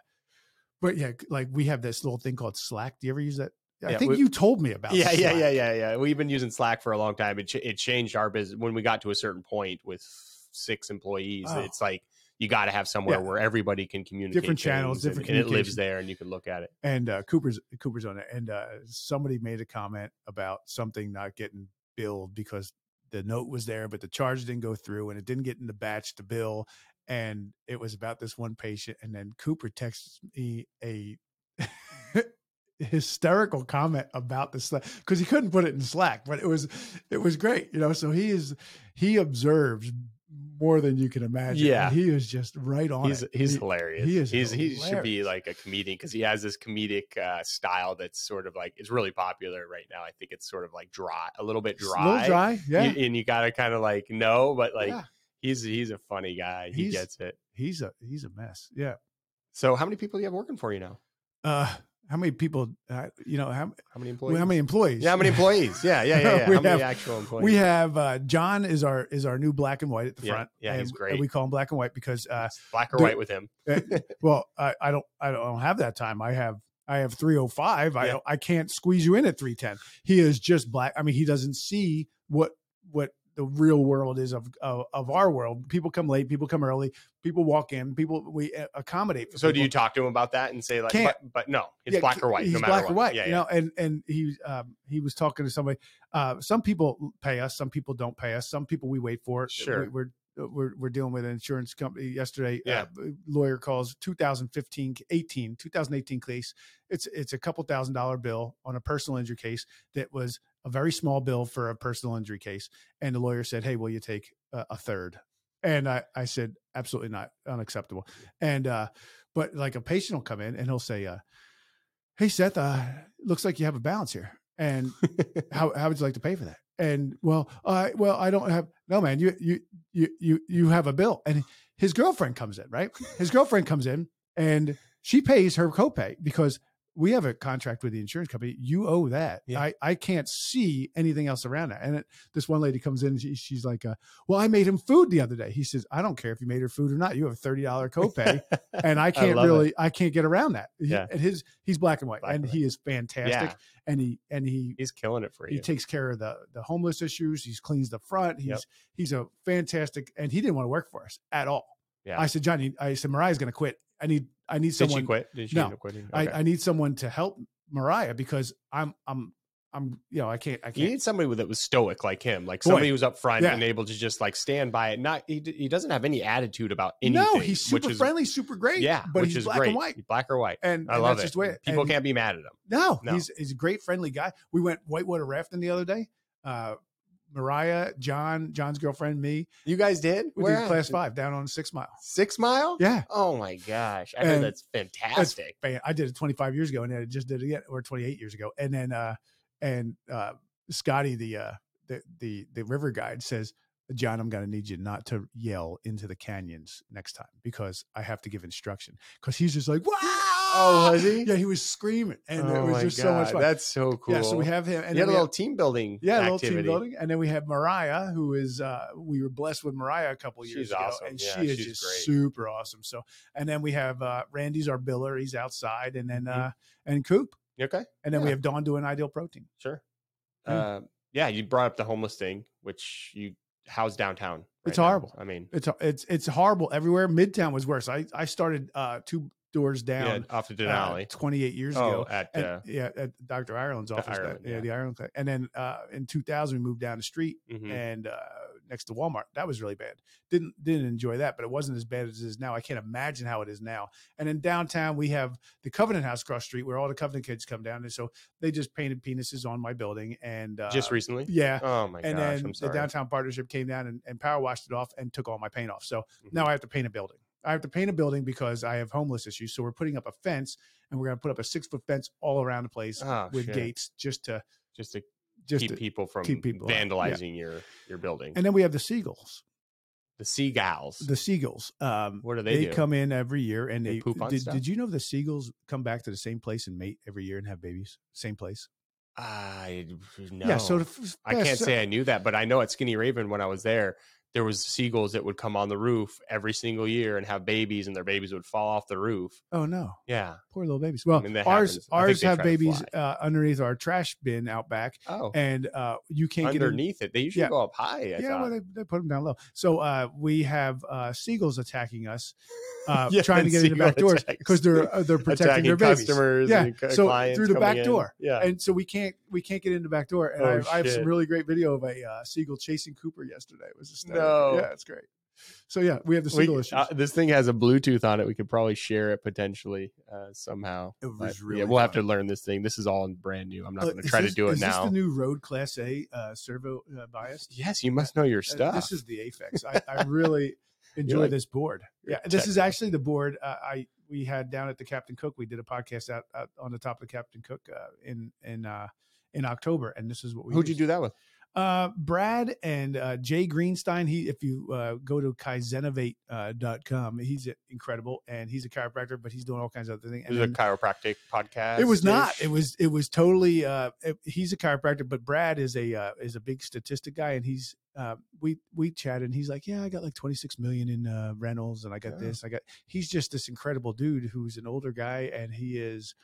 Speaker 1: but yeah, like we have this little thing called Slack. Do you ever use that? I
Speaker 2: Yeah,
Speaker 1: think
Speaker 2: we-
Speaker 1: you told me about.
Speaker 2: yeah, yeah,
Speaker 1: Slack.
Speaker 2: yeah, yeah, yeah. We've been using Slack for a long time. It ch- it changed our business when we got to a certain point with six employees.
Speaker 1: Oh.
Speaker 2: It's like you got to have somewhere
Speaker 1: Yeah.
Speaker 2: where everybody can communicate.
Speaker 1: channels,
Speaker 2: things and-
Speaker 1: different
Speaker 2: and, it
Speaker 1: communication.
Speaker 2: lives there, and you can look at it.
Speaker 1: and uh, Cooper's Cooper's on it, and uh, somebody made a comment about something not getting billed because the note was there, but the charge didn't go through, and it didn't get in the batch to bill, and it was about this one patient, and then Cooper texts me a hysterical comment about the Slack because he couldn't put it in Slack, but it was it was great, you know. So he is he observes more than you can imagine. and
Speaker 2: Yeah.
Speaker 1: he is just right on.
Speaker 2: He's
Speaker 1: it.
Speaker 2: he's
Speaker 1: He-
Speaker 2: hilarious.
Speaker 1: he is
Speaker 2: he's he should be like a comedian because he has this comedic uh, style that's sort of like it's really popular right now. I think it's sort of like dry, a little bit
Speaker 1: it's a little
Speaker 2: dry.
Speaker 1: dry, yeah.
Speaker 2: You- and you gotta kind of like know, but like
Speaker 1: Yeah.
Speaker 2: he's he's a funny guy. He
Speaker 1: He's-
Speaker 2: gets it.
Speaker 1: he's a he's a mess. Yeah.
Speaker 2: So how many people do you have working for you now?
Speaker 1: Uh, how many people? Uh, you know how
Speaker 2: How many employees?
Speaker 1: well, how many employees?
Speaker 2: Yeah, how many employees? Yeah, yeah, yeah. yeah.
Speaker 1: We
Speaker 2: how
Speaker 1: have-
Speaker 2: many actual employees?
Speaker 1: We have uh, John is our is our new black and white at the
Speaker 2: Yeah,
Speaker 1: front.
Speaker 2: yeah,
Speaker 1: and,
Speaker 2: he's great.
Speaker 1: and we call him black and white because uh,
Speaker 2: It's black or
Speaker 1: do-
Speaker 2: white with him.
Speaker 1: well, I, I don't I don't have that time. I have I have three oh five. I
Speaker 2: Yeah.
Speaker 1: don't- I can't squeeze you in at three ten. He is just black. I mean, he doesn't see what what the real world is of, of of our world. People come late. People come early. People walk in. People we uh, accommodate. for
Speaker 2: So do
Speaker 1: people.
Speaker 2: you talk to him about that and say like,
Speaker 1: Can't.
Speaker 2: but, but no, it's
Speaker 1: Yeah,
Speaker 2: black or white,
Speaker 1: He's
Speaker 2: no matter
Speaker 1: black
Speaker 2: what.
Speaker 1: or white.
Speaker 2: yeah,
Speaker 1: you know, and and he um, he was talking to somebody. Uh, some people pay us, some people don't pay us. Some people we wait for.
Speaker 2: Sure.
Speaker 1: we, we're uh, we're we're dealing with an insurance company yesterday.
Speaker 2: Yeah.
Speaker 1: Uh, lawyer calls 2015 18 2018 case. It's it's a couple thousand dollar bill on a personal injury case that was a very small bill for a personal injury case, and the lawyer said, "Hey, will you take a, a third? And I I said, "Absolutely not, unacceptable." And uh, but like a patient will come in and he'll say, uh, "Hey Seth, uh, looks like you have a balance here, and how how would you like to pay for that?" And well, I well I don't have no man. You you you you you have a bill, and his girlfriend comes in, right? His girlfriend comes in, and she pays her copay because we have a contract with the insurance company. You owe that.
Speaker 2: Yeah.
Speaker 1: I I can't see anything else around that. And it, this one lady comes in, and she, she's like, uh, "Well, I made him food the other day." He says, "I don't care if you made her food or not. You have a thirty dollar copay." and I can't
Speaker 2: love it.
Speaker 1: really, I can't get around that. He-
Speaker 2: Yeah.
Speaker 1: and his he's black and white,
Speaker 2: Black
Speaker 1: and
Speaker 2: and
Speaker 1: he is fantastic,
Speaker 2: yeah,
Speaker 1: and he and he
Speaker 2: he's killing it for
Speaker 1: he
Speaker 2: you.
Speaker 1: takes care of the the homeless issues. He's cleans the front. He's
Speaker 2: Yep.
Speaker 1: he's a fantastic, and he didn't want to work for us at all.
Speaker 2: Yeah.
Speaker 1: I said, Johnny, I said Mariah's going to quit. I need I need
Speaker 2: Did she
Speaker 1: someone.
Speaker 2: quit? Did she
Speaker 1: No.
Speaker 2: end up quitting?
Speaker 1: I, I need someone to help Mariah because I'm I'm I'm you know I can't I
Speaker 2: You
Speaker 1: can't
Speaker 2: need somebody that was stoic like him, like
Speaker 1: Boy.
Speaker 2: somebody who's up front
Speaker 1: Yeah.
Speaker 2: and able to just like stand by it. Not he, d- he doesn't have any attitude about anything.
Speaker 1: no he's super
Speaker 2: which is,
Speaker 1: friendly super great
Speaker 2: Yeah,
Speaker 1: but
Speaker 2: which
Speaker 1: he's
Speaker 2: is
Speaker 1: black
Speaker 2: great.
Speaker 1: and white
Speaker 2: He's black or white.
Speaker 1: and
Speaker 2: I
Speaker 1: and
Speaker 2: love
Speaker 1: that's
Speaker 2: it.
Speaker 1: just the way
Speaker 2: People
Speaker 1: and-
Speaker 2: can't be mad at him.
Speaker 1: No,
Speaker 2: No.
Speaker 1: he's he's a great friendly guy. We went whitewater rafting the other day. Uh, Mariah, John, John's girlfriend, me.
Speaker 2: You guys did?
Speaker 1: We
Speaker 2: Where
Speaker 1: did
Speaker 2: at?
Speaker 1: class five down on Six Mile.
Speaker 2: Six mile?
Speaker 1: Yeah,
Speaker 2: Oh my gosh. I
Speaker 1: And
Speaker 2: heard that's fantastic.
Speaker 1: man, I did it 25 years ago, and then I just did it again, or 28 years ago. And then uh, and uh, Scotty, the uh, the the the river guide says. John, I'm going to need you not to yell into the canyons next time because I have to give instruction. Because he's just like, wow.
Speaker 2: Oh, was he?
Speaker 1: Yeah, he was screaming. And it
Speaker 2: Oh
Speaker 1: was
Speaker 2: my
Speaker 1: just so much
Speaker 2: God,
Speaker 1: fun.
Speaker 2: That's so cool.
Speaker 1: Yeah, so we have him. And
Speaker 2: you
Speaker 1: then
Speaker 2: had
Speaker 1: we
Speaker 2: a little team building.
Speaker 1: Yeah, a little team
Speaker 2: activity.
Speaker 1: building. And then we have Mariah, who is uh we were blessed with Mariah a couple years
Speaker 2: She's
Speaker 1: ago.
Speaker 2: awesome.
Speaker 1: And
Speaker 2: Yeah,
Speaker 1: she is
Speaker 2: she's
Speaker 1: just
Speaker 2: great.
Speaker 1: super awesome. So and then we have uh Randy's our biller, he's outside, and then
Speaker 2: Mhm.
Speaker 1: uh and Coop.
Speaker 2: You okay?
Speaker 1: And then we
Speaker 2: Yeah.
Speaker 1: have Dawn doing ideal protein.
Speaker 2: Sure.
Speaker 1: Yeah.
Speaker 2: Yeah. yeah, you brought up the homeless thing, which you house downtown.
Speaker 1: It's
Speaker 2: now.
Speaker 1: horrible.
Speaker 2: I mean,
Speaker 1: It's it's it's horrible everywhere. Midtown was worse. I I started uh two doors
Speaker 2: yeah,
Speaker 1: down
Speaker 2: off to
Speaker 1: uh,
Speaker 2: Denali.
Speaker 1: 28 years
Speaker 2: oh,
Speaker 1: ago.
Speaker 2: at
Speaker 1: And,
Speaker 2: uh,
Speaker 1: yeah, at Dr. Ireland's office. that-
Speaker 2: Ireland,
Speaker 1: yeah,
Speaker 2: yeah.
Speaker 1: the Ireland. clinic. And then uh, in 2000, we moved down the street
Speaker 2: mhm.
Speaker 1: and uh, next to Walmart. That was really bad. Didn't didn't enjoy that, but it wasn't as bad as it is now. I can't imagine how it is now. And in downtown, we have the Covenant House across the street where all the Covenant kids come down, and so they just painted penises on my building and uh,
Speaker 2: just recently.
Speaker 1: yeah.
Speaker 2: Oh my
Speaker 1: and
Speaker 2: gosh,
Speaker 1: then
Speaker 2: I'm
Speaker 1: the
Speaker 2: sorry.
Speaker 1: downtown partnership came down and, and power washed it off and took all my paint off. So
Speaker 2: Mhm.
Speaker 1: now I have to paint a building. I have to paint a building because I have homeless issues. So we're putting up a fence and we're going to put up a six foot fence all around the place
Speaker 2: Oh,
Speaker 1: with
Speaker 2: shit.
Speaker 1: gates just to
Speaker 2: just to
Speaker 1: just
Speaker 2: keep
Speaker 1: to,
Speaker 2: people from
Speaker 1: keep people out. Yeah.
Speaker 2: vandalizing your your building.
Speaker 1: and then we have the seagulls.
Speaker 2: the seagulls.
Speaker 1: The seagulls. Um,
Speaker 2: what do
Speaker 1: they,
Speaker 2: they, do?
Speaker 1: come in every year and they,
Speaker 2: They poop on
Speaker 1: did,
Speaker 2: stuff?
Speaker 1: did you know the seagulls come back to the same place and mate every year and have babies same place
Speaker 2: I no.
Speaker 1: yeah so the, f-
Speaker 2: I
Speaker 1: yeah,
Speaker 2: can't
Speaker 1: so-
Speaker 2: say I knew that, but I know at Skinny Raven when I was there, there was seagulls that would come on the roof every single year and have babies, and their babies would fall off the roof.
Speaker 1: oh no
Speaker 2: Yeah.
Speaker 1: poor little babies well
Speaker 2: mean, that
Speaker 1: ours
Speaker 2: happens. I think
Speaker 1: ours
Speaker 2: they
Speaker 1: have
Speaker 2: try to
Speaker 1: babies uh, underneath our trash bin out back
Speaker 2: Oh.
Speaker 1: and uh you can't get in-
Speaker 2: underneath it, they usually
Speaker 1: Yeah.
Speaker 2: go up high. I
Speaker 1: yeah well,
Speaker 2: thought.
Speaker 1: they, they put them down low so uh we have uh seagulls attacking us uh
Speaker 2: Yeah,
Speaker 1: trying to
Speaker 2: and
Speaker 1: get in the
Speaker 2: seagull
Speaker 1: back doors
Speaker 2: attacks.
Speaker 1: because they're uh, they're protecting their
Speaker 2: Attacking
Speaker 1: babies
Speaker 2: customers.
Speaker 1: Yeah,
Speaker 2: and c-
Speaker 1: so
Speaker 2: clients
Speaker 1: through the
Speaker 2: coming
Speaker 1: back
Speaker 2: in.
Speaker 1: door.
Speaker 2: Yeah.
Speaker 1: and so we can't we can't get in the back door. And
Speaker 2: Oh,
Speaker 1: I, have, I have some
Speaker 2: shit.
Speaker 1: really great video of a uh, seagull chasing Cooper yesterday. It was just
Speaker 2: No.
Speaker 1: yeah, it's great. So yeah, we have the
Speaker 2: We-
Speaker 1: seagull issues.
Speaker 2: uh, this thing has a Bluetooth on it. We could probably share it potentially uh, somehow.
Speaker 1: It
Speaker 2: But,
Speaker 1: was
Speaker 2: yeah,
Speaker 1: really
Speaker 2: we'll have to
Speaker 1: fun.
Speaker 2: learn this thing. This is all brand new. I'm not
Speaker 1: Uh,
Speaker 2: going to
Speaker 1: is
Speaker 2: try
Speaker 1: this-
Speaker 2: to do it
Speaker 1: is
Speaker 2: now.
Speaker 1: This the new Road Class A uh, servo uh, biased
Speaker 2: yes, you must know your
Speaker 1: Uh,
Speaker 2: stuff.
Speaker 1: This is the Apex. I, I really enjoy
Speaker 2: like-
Speaker 1: this board.
Speaker 2: you're
Speaker 1: Yeah, this is
Speaker 2: technical.
Speaker 1: actually the board uh, I we had down at the Captain Cook. We did a podcast out, out on the top of Captain Cook uh, in in uh, in October, and this is what we.
Speaker 2: Who'd you
Speaker 1: used.
Speaker 2: do that with?
Speaker 1: Uh, Brad and uh, Jay Greenstein. He, if you uh, go to kaizenovate.com, he's incredible and he's a chiropractor, but he's doing all kinds of other things.
Speaker 2: It
Speaker 1: And
Speaker 2: was a
Speaker 1: then-
Speaker 2: chiropractic podcast.
Speaker 1: it was not. It was. It was totally. Uh, it- he's a chiropractor, but Brad is a uh, is a big statistic guy, and he's. Uh, we we chatted, and he's like, "Yeah, I got like 26 million in uh, rentals, and I got
Speaker 2: Yeah.
Speaker 1: this. I got." He's just this incredible dude who's an older guy, and he is.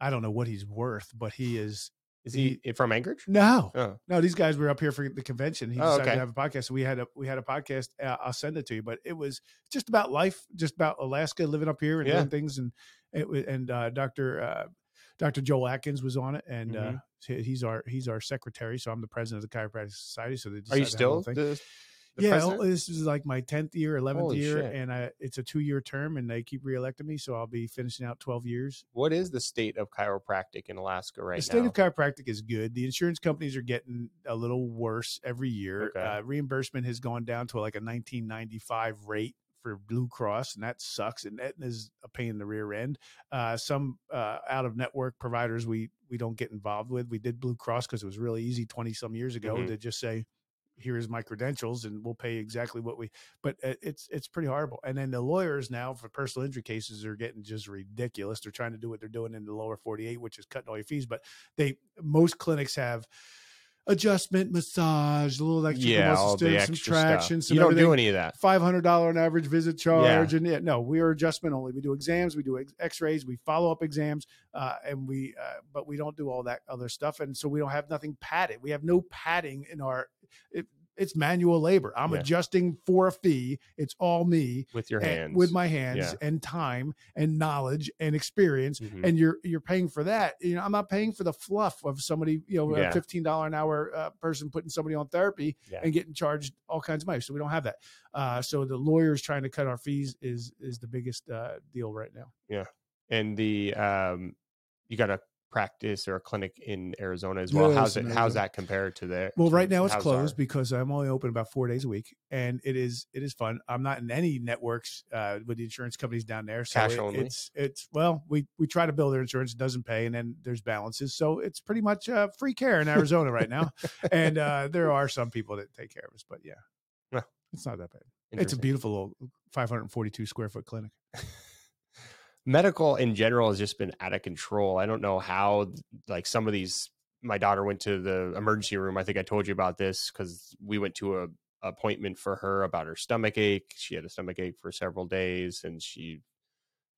Speaker 1: I don't know what he's worth, but he is
Speaker 2: Is he from Anchorage?
Speaker 1: no.
Speaker 2: Oh,
Speaker 1: No, these guys were up here for the convention. He
Speaker 2: Oh,
Speaker 1: decided
Speaker 2: okay.
Speaker 1: to have a podcast. So we had a we had a podcast. Uh, I'll send it to you, but it was just about life, just about Alaska, living up here and
Speaker 2: Yeah.
Speaker 1: doing things. And it wa- and uh, Doctor uh, Doctor Joel Atkins was on it, and uh,
Speaker 2: Mhm.
Speaker 1: he- he's our he's our secretary. So I'm the president of the Chiropractic Society. So they
Speaker 2: are you
Speaker 1: decided to have a
Speaker 2: still
Speaker 1: whole thing.
Speaker 2: the, the
Speaker 1: yeah, oh,
Speaker 2: president?
Speaker 1: this is like my tenth year, eleventh
Speaker 2: Holy
Speaker 1: year,
Speaker 2: shit.
Speaker 1: and I, it's a two year term, and they keep reelecting me. So I'll be finishing out twelve years
Speaker 2: What is the state of chiropractic in Alaska right
Speaker 1: the state
Speaker 2: now?
Speaker 1: of chiropractic is good. The insurance companies are getting a little worse every year.
Speaker 2: Okay.
Speaker 1: Uh, reimbursement has gone down to like a 1995 rate for Blue Cross, and that sucks. And that is a pain in the rear end. Uh, some uh, out of network providers we we don't get involved with. We did Blue Cross because it was really easy 20 some years ago
Speaker 2: Mhm.
Speaker 1: to just say. Here's my credentials, and we'll pay exactly what we. But uh, it's it's pretty horrible. And then the lawyers now for personal injury cases are getting just ridiculous. They're trying to do what they're doing in the lower 48, which is cutting all your fees. But they most clinics have adjustment, massage, a little extra
Speaker 2: yeah,
Speaker 1: muscle
Speaker 2: all the
Speaker 1: stim,
Speaker 2: extra
Speaker 1: some traction,
Speaker 2: stuff.
Speaker 1: some
Speaker 2: you don't do
Speaker 1: everything.
Speaker 2: any of that.
Speaker 1: Five hundred dollar an average visit charge, and yeah, no, we are adjustment only. We do exams, we do ex- X-rays, we follow up exams, uh, and we, uh, but we don't do all that other stuff, and so we don't have nothing padded. We have no padding in our. It, It's manual labor. I'm
Speaker 2: Yeah.
Speaker 1: adjusting for a fee. It's all me
Speaker 2: with your
Speaker 1: and-
Speaker 2: hands.
Speaker 1: with my hands
Speaker 2: Yeah.
Speaker 1: and time and knowledge and experience
Speaker 2: Mhm.
Speaker 1: and you're you're paying for that. You know, I'm not paying for the fluff of somebody, you know,
Speaker 2: Yeah.
Speaker 1: a fifteen dollar an hour uh, person putting somebody on therapy
Speaker 2: Yeah.
Speaker 1: and getting charged all kinds of money. So we don't have that. Uh, so the lawyers trying to cut our fees is is the biggest uh, deal right now.
Speaker 2: and the um you got a practice or a clinic in Arizona as well.
Speaker 1: Yeah, it's
Speaker 2: how's it
Speaker 1: in
Speaker 2: how's
Speaker 1: Arizona.
Speaker 2: that compared to there?
Speaker 1: Well,
Speaker 2: to
Speaker 1: right now it's
Speaker 2: how's
Speaker 1: closed
Speaker 2: our-
Speaker 1: because I'm only open about four days a week, and it is it is fun. I'm not in any networks uh, with the insurance companies down there. So
Speaker 2: Cash
Speaker 1: it-
Speaker 2: only?
Speaker 1: It's it's well, we we try to bill their insurance, it doesn't pay, and then there's balances. So it's pretty much uh, free care in Arizona right now, and uh, there are some people that take care of us, but yeah,
Speaker 2: Yeah.
Speaker 1: it's not that bad. It's a
Speaker 2: Interesting.
Speaker 1: beautiful little 542 square foot clinic.
Speaker 2: medical in general has just been out of control. I don't know how th- like some of these my daughter went to the emergency room. I think I told you about this cuz we went to a appointment for her about her stomach ache. She had a stomach ache for several days and she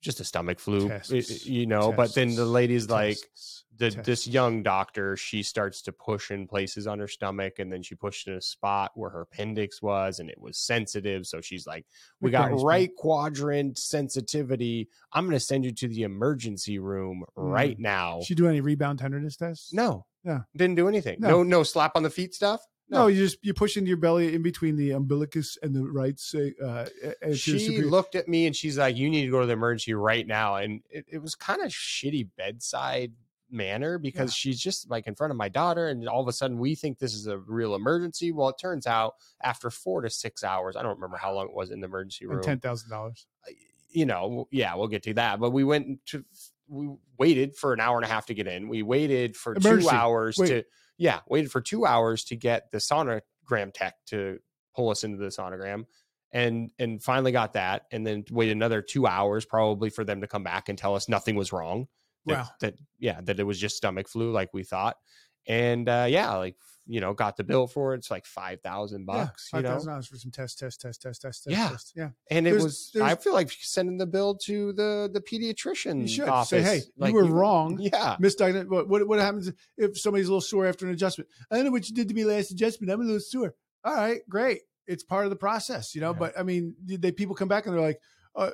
Speaker 2: just a stomach flu, i- i-
Speaker 1: Tests,
Speaker 2: you know, but then the
Speaker 1: tests,
Speaker 2: lady's like
Speaker 1: Tests,
Speaker 2: the this
Speaker 1: tests.
Speaker 2: young doctor she starts to push in places on her stomach and then she pushed in a spot where her appendix was and it was sensitive so she's like we
Speaker 1: Rick
Speaker 2: got
Speaker 1: Barry's
Speaker 2: right quadrant sensitivity i'm going to send you to the emergency room right now
Speaker 1: She do any rebound tenderness tests?
Speaker 2: "Oh." no
Speaker 1: No.
Speaker 2: didn't do anything
Speaker 1: No.
Speaker 2: no. no slap on the feet stuff
Speaker 1: No,
Speaker 2: No.
Speaker 1: you just you push into your belly in between the umbilicus and the right say uh a- and to your
Speaker 2: she
Speaker 1: superior-
Speaker 2: looked at me and she's like you need to go to the emergency right now and it, it was kind of shitty bedside manner because she's just like in front of my daughter and all of a sudden we think this is a real emergency well it turns out after four to six hours i don't remember how long it was in the emergency room
Speaker 1: and ten thousand dollars.
Speaker 2: you know, yeah, we'll get to that. But we went to we waited for an hour and a half to get in. We waited for two
Speaker 1: Emergency.
Speaker 2: hours
Speaker 1: Wait.
Speaker 2: to yeah, waited for two hours to get the sonogram tech to pull us into the sonogram. And and finally got that, and then wait another two hours probably for them to come back and tell us nothing was wrong. That,
Speaker 1: Wow.
Speaker 2: That yeah, that it was just stomach flu like we thought. And uh yeah, like you know, got the bill for it. It's like five thousand
Speaker 1: Yeah,
Speaker 2: bucks.
Speaker 1: five
Speaker 2: you know,
Speaker 1: thousand dollars for some test, test, test, test, test, test,
Speaker 2: Yeah.
Speaker 1: test. Yeah.
Speaker 2: and it
Speaker 1: There's-
Speaker 2: was i
Speaker 1: there's-
Speaker 2: feel like sending the bill to the the pediatrician
Speaker 1: You should
Speaker 2: office
Speaker 1: say, hey,
Speaker 2: Like,
Speaker 1: you were wrong.
Speaker 2: yeah
Speaker 1: Misdiagnosed. What, what what happens if somebody's a little sore after an adjustment? I don't know what you did to me last adjustment. I'm a little sore. All right, great. It's part of the process, you know.
Speaker 2: Yeah.
Speaker 1: But I mean, did they people come back and they're like, uh,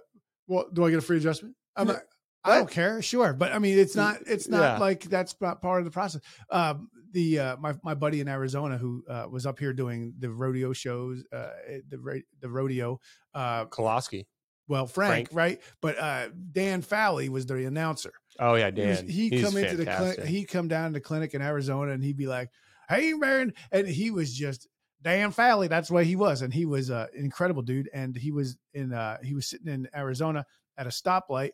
Speaker 1: "Well, do I get a free adjustment?" I'm
Speaker 2: Yeah.
Speaker 1: like, I don't
Speaker 2: What?
Speaker 1: care, sure, but I mean, it's not it's not
Speaker 2: Yeah.
Speaker 1: like that's not part of the process. Um, the uh, my my buddy in Arizona who uh, was up here doing the rodeo shows, uh, the ra- the rodeo uh,
Speaker 2: Koloski.
Speaker 1: well, Frank,
Speaker 2: Frank.
Speaker 1: right? But uh, Dan Fowley was the announcer.
Speaker 2: oh yeah
Speaker 1: He was-
Speaker 2: dan
Speaker 1: He
Speaker 2: He's
Speaker 1: come into the clinic.
Speaker 2: fantastic.
Speaker 1: He come down to the clinic in Arizona, and he'd be like, "Hey, Baron," and he was just Dan Fowley. That's what he was, and he was uh, an incredible dude. And he was in uh, he was sitting in Arizona at a stoplight.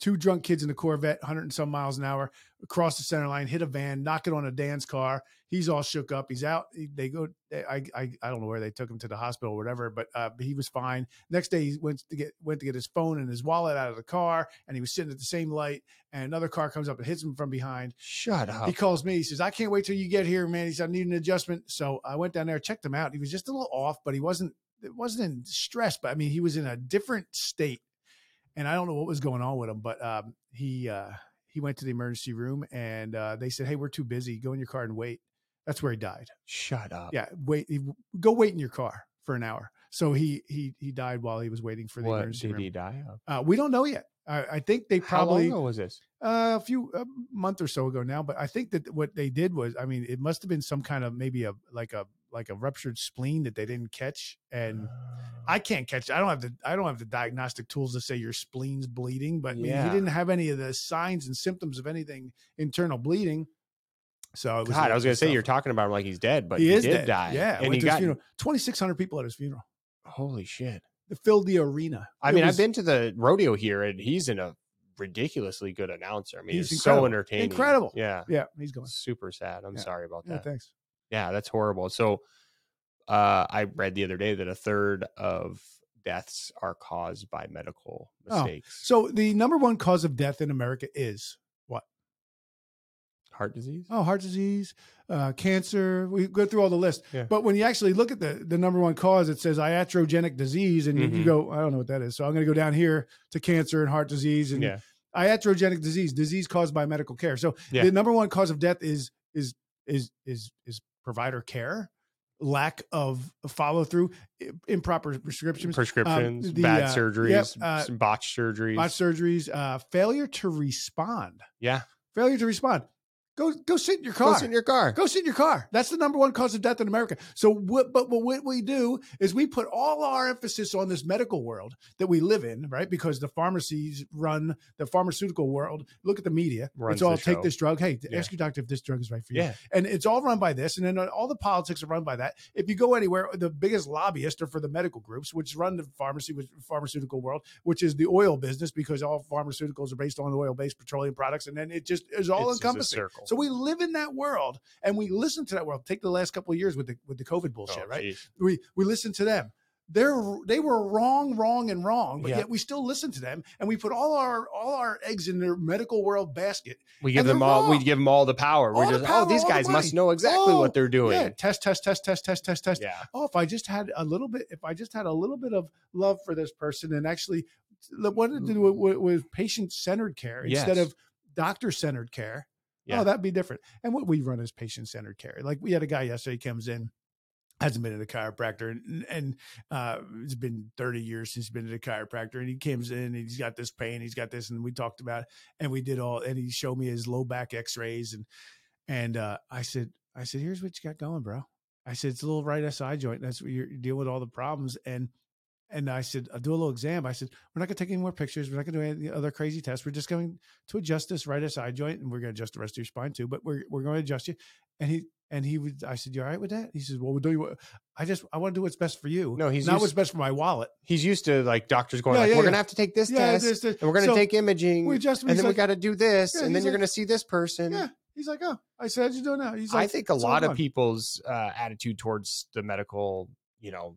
Speaker 1: Two drunk kids in a Corvette, hundred and some miles an hour, across the center line, hit a van, knock it on a Dan's car. He's all shook up. He's out. He- They go. I I, I don't know where they took him to the hospital or whatever, but uh, he was fine. Next day, he went to get went to get his phone and his wallet out of the car, and he was sitting at the same light and another car comes up and hits him from behind.
Speaker 2: shut up
Speaker 1: He calls me. He says, "I can't wait till you get here, man." He said, "I need an adjustment." So I went down there, checked him out. He was just a little off, but he wasn't. It wasn't in stress, but I mean, he was in a different state, and I don't know what was going on with him. But um, he uh, he went to the emergency room, and uh, they said, "Hey, we're too busy. Go in your car and wait." That's where he died.
Speaker 2: shut up
Speaker 1: Yeah, wait. He, go wait in your car for an hour. So he he he died while he was waiting for the
Speaker 2: what
Speaker 1: emergency
Speaker 2: did
Speaker 1: room.
Speaker 2: he die of
Speaker 1: Uh, we don't know yet. I, I think they
Speaker 2: how
Speaker 1: probably
Speaker 2: long ago was this
Speaker 1: uh, a few a month or so ago now but i think that what they did was i mean it must have been some kind of maybe a like a like a ruptured spleen that they didn't catch and
Speaker 2: Uh.
Speaker 1: i can't catch i don't have the i don't have the diagnostic tools to say your spleen's bleeding but I mean,
Speaker 2: Yeah.
Speaker 1: he didn't have any of the signs and symptoms of anything internal bleeding so it was
Speaker 2: god i was gonna say
Speaker 1: tough.
Speaker 2: you're talking about him like he's dead but
Speaker 1: he,
Speaker 2: he,
Speaker 1: is
Speaker 2: did
Speaker 1: dead.
Speaker 2: die
Speaker 1: yeah
Speaker 2: and he got
Speaker 1: 2600 people at his funeral
Speaker 2: holy shit
Speaker 1: they filled the arena
Speaker 2: i
Speaker 1: It
Speaker 2: mean
Speaker 1: was
Speaker 2: i've been to the rodeo here and he's in a ridiculously good announcer i mean
Speaker 1: He's
Speaker 2: he's
Speaker 1: incredible.
Speaker 2: so entertaining
Speaker 1: Incredible.
Speaker 2: yeah
Speaker 1: yeah he's gone
Speaker 2: super sad i'm
Speaker 1: Yeah.
Speaker 2: sorry about
Speaker 1: yeah
Speaker 2: that
Speaker 1: thanks
Speaker 2: Yeah, that's horrible. So uh, I read the other day that a third of deaths are caused by medical
Speaker 1: Oh,
Speaker 2: mistakes.
Speaker 1: so the number one cause of death in america is
Speaker 2: Heart disease?
Speaker 1: oh, heart disease, uh, cancer. We go through all the list.
Speaker 2: Yeah.
Speaker 1: But when you actually look at the, the number one cause, it says iatrogenic disease. And you, you
Speaker 2: Mhm.
Speaker 1: go, I don't know what that is. So I'm going to go down here to cancer and heart disease and
Speaker 2: yeah.
Speaker 1: iatrogenic disease, disease caused by medical care. So
Speaker 2: Yeah.
Speaker 1: the number one cause of death is, is, is, is, is provider care. lack of follow through, improper prescriptions, Um,
Speaker 2: prescriptions,
Speaker 1: the,
Speaker 2: bad
Speaker 1: uh, yep,
Speaker 2: surgeries,
Speaker 1: uh,
Speaker 2: some botched surgeries.
Speaker 1: botched surgeries, uh, failure to respond,
Speaker 2: yeah,
Speaker 1: failure to respond. Go go sit in your car.
Speaker 2: Go sit in your car.
Speaker 1: Go sit in your car. That's the number one cause of death in America. So, what, but, but what we do is we put all our emphasis on this medical world that we live in, right? Because the pharmacies run the pharmaceutical world. Look at the media.
Speaker 2: Runs
Speaker 1: it's all
Speaker 2: the
Speaker 1: take
Speaker 2: show."
Speaker 1: this drug. Hey,
Speaker 2: Yeah.
Speaker 1: ask your doctor if this drug is right for you.
Speaker 2: yeah,
Speaker 1: And it's all run by this. And then all the politics are run by that. If you go anywhere, the biggest lobbyists are for the medical groups, which run the pharmacy, which, pharmaceutical world, which is the oil business, because all pharmaceuticals are based on oil based petroleum products. And then it just is all
Speaker 2: It's just a
Speaker 1: encompassing.
Speaker 2: circle.
Speaker 1: So we live in that world and we listen to that world. Take the last couple of years with the with the COVID bullshit,
Speaker 2: Oh,
Speaker 1: right?
Speaker 2: geez.
Speaker 1: We we listen to them. They're they were wrong, wrong, and wrong, but
Speaker 2: Yeah.
Speaker 1: yet we still listen to them and we put all our all our eggs in their medical world basket.
Speaker 2: We give
Speaker 1: and
Speaker 2: them
Speaker 1: they're
Speaker 2: all. We
Speaker 1: wrong.
Speaker 2: give them all the power. We're
Speaker 1: All the
Speaker 2: just
Speaker 1: power,
Speaker 2: oh, these
Speaker 1: all the
Speaker 2: guys must
Speaker 1: money.
Speaker 2: know exactly
Speaker 1: Oh,
Speaker 2: what they're doing.
Speaker 1: Yeah, test, test, test, test, test, test, test.
Speaker 2: yeah.
Speaker 1: Oh, if I just had a little bit, if I just had a little bit of love for this person and actually lo- wanted to do it with, with patient centered care instead
Speaker 2: Yes.
Speaker 1: of doctor centered care.
Speaker 2: Yeah.
Speaker 1: Oh, that'd be different. And what we run is patient centered care. Like we had a guy yesterday comes in, hasn't been at a chiropractor, and, and uh, it's been 30 years since he's been at a chiropractor. And he comes in, and he's got this pain, he's got this, and we talked about, it, and we did all, and he showed me his low back X rays, and and uh, I said, I said, here's what you got going, bro. I said, it's a little right SI joint. That's where you're, you're dealing with all the problems. And and I said, I'll do a little exam. I said, we're not going to take any more pictures. We're not going to do any other crazy tests. We're just going to adjust this right SI joint, and we're going to adjust the rest of your spine too. But we're we're going to adjust you. And he and he would. I said, you all right with that? He says, well, we'll do you. I just I want to do what's best for you.
Speaker 2: No, he's
Speaker 1: not
Speaker 2: used-
Speaker 1: what's best for my wallet.
Speaker 2: He's used to like doctors going,
Speaker 1: Yeah,
Speaker 2: like,
Speaker 1: yeah,
Speaker 2: we're
Speaker 1: yeah.
Speaker 2: gonna have to take this test,
Speaker 1: this- this-
Speaker 2: and we're gonna
Speaker 1: so
Speaker 2: take imaging,
Speaker 1: we adjust.
Speaker 2: and
Speaker 1: he's
Speaker 2: then we
Speaker 1: like-
Speaker 2: got to do this,
Speaker 1: Yeah,
Speaker 2: and then
Speaker 1: he's
Speaker 2: you're
Speaker 1: like-
Speaker 2: gonna see this person.
Speaker 1: Yeah. He's like, oh, I said, how'd you doing now? He's like,
Speaker 2: I think a
Speaker 1: "It's all
Speaker 2: lot of
Speaker 1: gone."
Speaker 2: people's uh, attitude towards the medical, you know,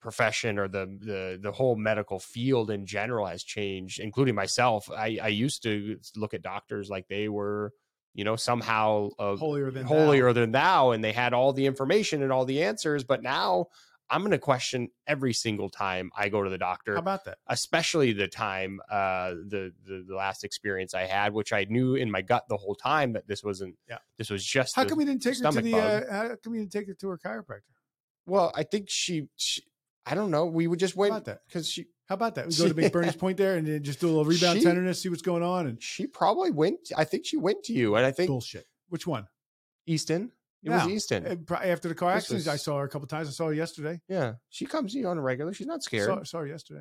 Speaker 2: profession or the the the whole medical field in general has changed, including myself. I, I used to look at doctors like they were, you know, somehow uh,
Speaker 1: holier than thou.
Speaker 2: holier than thou, and they had all the information and all the answers. But now I'm going to question every single time I go to the doctor
Speaker 1: How about that?
Speaker 2: especially the time uh the, the the last experience i had which i knew in my gut the whole time that this wasn't
Speaker 1: Yeah.
Speaker 2: this was just
Speaker 1: How
Speaker 2: the-
Speaker 1: come you didn't take her to
Speaker 2: stomach
Speaker 1: the?
Speaker 2: bug.
Speaker 1: Uh, how come you didn't take her to her chiropractor?
Speaker 2: well i think she, she i don't know we would just
Speaker 1: How
Speaker 2: wait
Speaker 1: about that?
Speaker 2: because she
Speaker 1: How about that? We go to Big Bernie's Point there and then just do a little rebound
Speaker 2: She-
Speaker 1: tenderness, see what's going on, and
Speaker 2: she probably went i think she went to you and i think
Speaker 1: bullshit. Which one?
Speaker 2: easton it was
Speaker 1: No.
Speaker 2: easton
Speaker 1: Uh, pro- After the car
Speaker 2: This
Speaker 1: accident, I
Speaker 2: was-
Speaker 1: saw her a couple times. I saw her yesterday.
Speaker 2: yeah she comes to you on a regular she's not scared
Speaker 1: Saw, saw her yesterday.